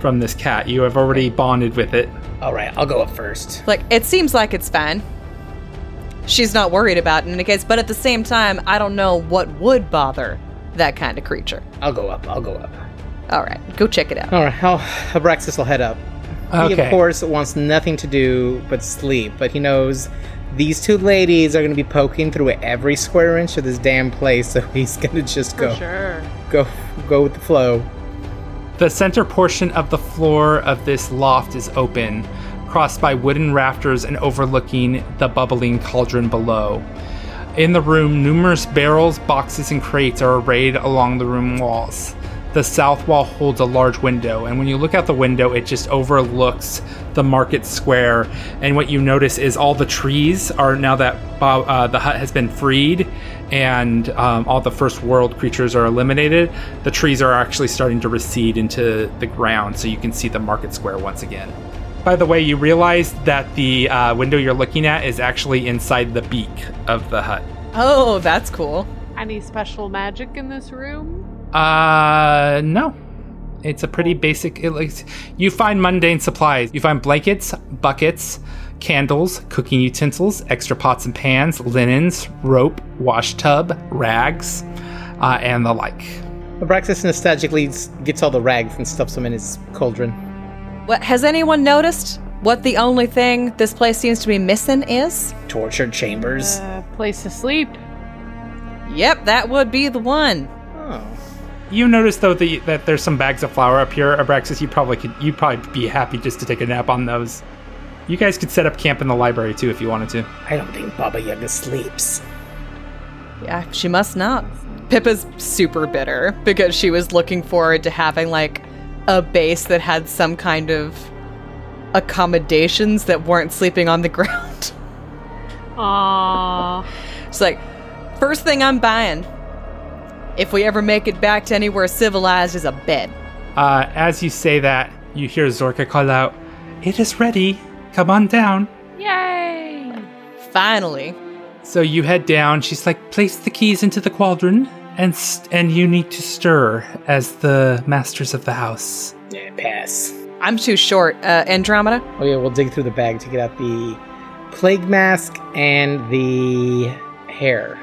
S1: from this cat. You have already bonded with it.
S4: All right, I'll go up first.
S5: Like, it seems like it's fine. She's not worried about it in any case, but at the same time, I don't know what would bother that kind of creature.
S4: I'll go up. I'll go up.
S5: All right, go check it out.
S4: All right, I'll, Abraxas will head up. He, of
S1: Okay.
S4: course, wants nothing to do but sleep, but he knows these two ladies are going to be poking through every square inch of this damn place, so he's going to just
S3: For
S4: go,
S3: sure.
S4: go, go with the flow.
S1: The center portion of the floor of this loft is open, crossed by wooden rafters and overlooking the bubbling cauldron below. In the room, numerous barrels, boxes, and crates are arrayed along the room walls. The south wall holds a large window, and when you look out the window, it just overlooks the market square. And what you notice is all the trees are now that Bob, uh, the hut has been freed and um, all the first world creatures are eliminated, the trees are actually starting to recede into the ground, so you can see the market square once again. By the way, you realize that the uh, window you're looking at is actually inside the beak of the hut.
S5: Oh, that's cool.
S3: Any special magic in this room?
S1: Uh, no. It's a pretty basic. It looks, you find mundane supplies. You find blankets, buckets, candles, cooking utensils, extra pots and pans, linens, rope, wash tub, rags, uh, and the like.
S4: Abraxas nostalgically s- gets all the rags and stuffs them in his cauldron.
S5: What has anyone noticed? What the only thing this place seems to be missing is?
S4: Tortured chambers.
S3: Uh, place to sleep.
S5: Yep, that would be the one.
S4: Oh.
S1: You notice though that, that there's some bags of flour up here, Abraxas. You probably could. You'd probably be happy just to take a nap on those. You guys could set up camp in the library too if you wanted to.
S4: I don't think Baba Yaga sleeps.
S5: Yeah, she must not. Pippa's super bitter because she was looking forward to having like a base that had some kind of accommodations that weren't sleeping on the ground.
S3: Aww.
S5: She's like, first thing I'm buying, if we ever make it back to anywhere civilized, is a bed.
S1: Uh, as you say that, you hear Zorka call out, "It is ready. Come on down."
S3: Yay!
S5: Finally.
S1: So you head down. She's like, place the keys into the cauldron, and st- and you need to stir as the masters of the house.
S4: Yeah, pass.
S5: I'm too short. Uh, Andromeda?
S4: Oh yeah, we'll dig through the bag to get out the plague mask and the hair.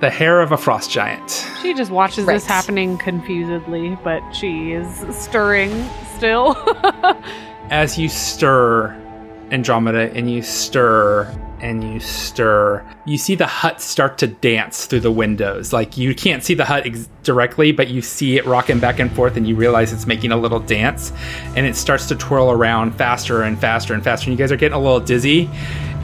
S1: The hair of a frost giant.
S3: She just watches
S5: Right.
S3: this happening confusedly, but she is stirring still.
S1: As you stir Andromeda, and you stir and you stir, you see the hut start to dance through the windows. Like you can't see the hut ex- directly, but you see it rocking back and forth, and you realize it's making a little dance, and it starts to twirl around faster and faster and faster. And you guys are getting a little dizzy,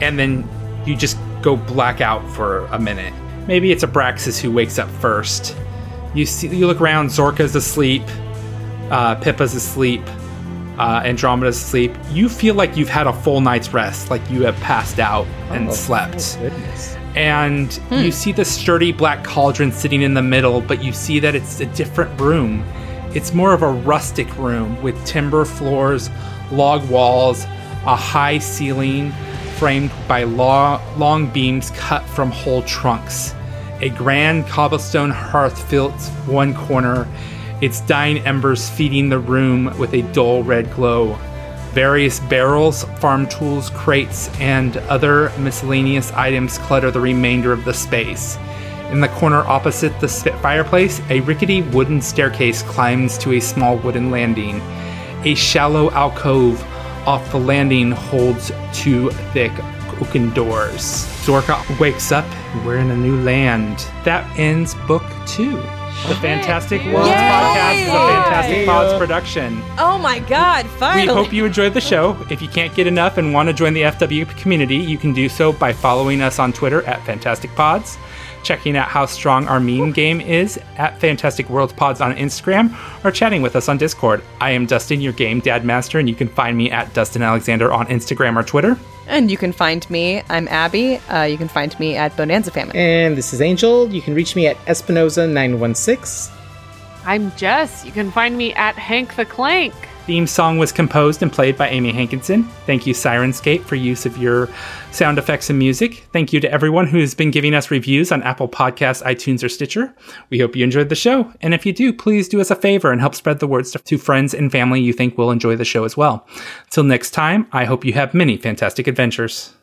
S1: and then you just go black out for a minute. Maybe it's Abraxas who wakes up first. You see, you look around. Zorka's asleep. Uh, Pippa's asleep uh, Andromeda's asleep, you feel like you've had a full night's rest, like you have passed out and slept.
S4: Goodness.
S1: And you see the sturdy black cauldron sitting in the middle, but you see that it's a different room. It's more of a rustic room with timber floors, log walls, a high ceiling framed by lo- long beams cut from whole trunks. A grand cobblestone hearth fills one corner, its dying embers feeding the room with a dull red glow. Various barrels, farm tools, crates, and other miscellaneous items clutter the remainder of the space. In the corner opposite the spit fireplace, a rickety wooden staircase climbs to a small wooden landing. A shallow alcove off the landing holds two thick oaken doors. Zorka wakes up. We're in a new land. That ends book two. The Fantastic Worlds
S5: Yay!
S1: podcast is a Fantastic
S4: Yay!
S1: Pods production.
S5: Oh my god,
S1: We
S5: finally.
S1: hope you enjoyed the show. If you can't get enough and want to join the FW community, you can do so by following us on Twitter at Fantastic Pods, checking out how strong our meme game is at Fantastic World Pods on Instagram, or chatting with us on Discord. I am Dustin, your game dad master, and you can find me at Dustin Alexander on Instagram or Twitter.
S5: and you can find me. I'm Abby. Uh, you can find me at Bonanza Famine.
S4: And this is Angel. You can reach me at Espinoza916.
S3: I'm Jess. You can find me at Hank the Clank.
S1: Theme song was composed and played by Amy Hankinson. Thank you, Sirenscape, for use of your sound effects and music. Thank you to everyone who has been giving us reviews on Apple Podcasts, iTunes, or Stitcher. We hope you enjoyed the show. And if you do, please do us a favor and help spread the words to- to friends and family you think will enjoy the show as well. Till next time, I hope you have many fantastic adventures.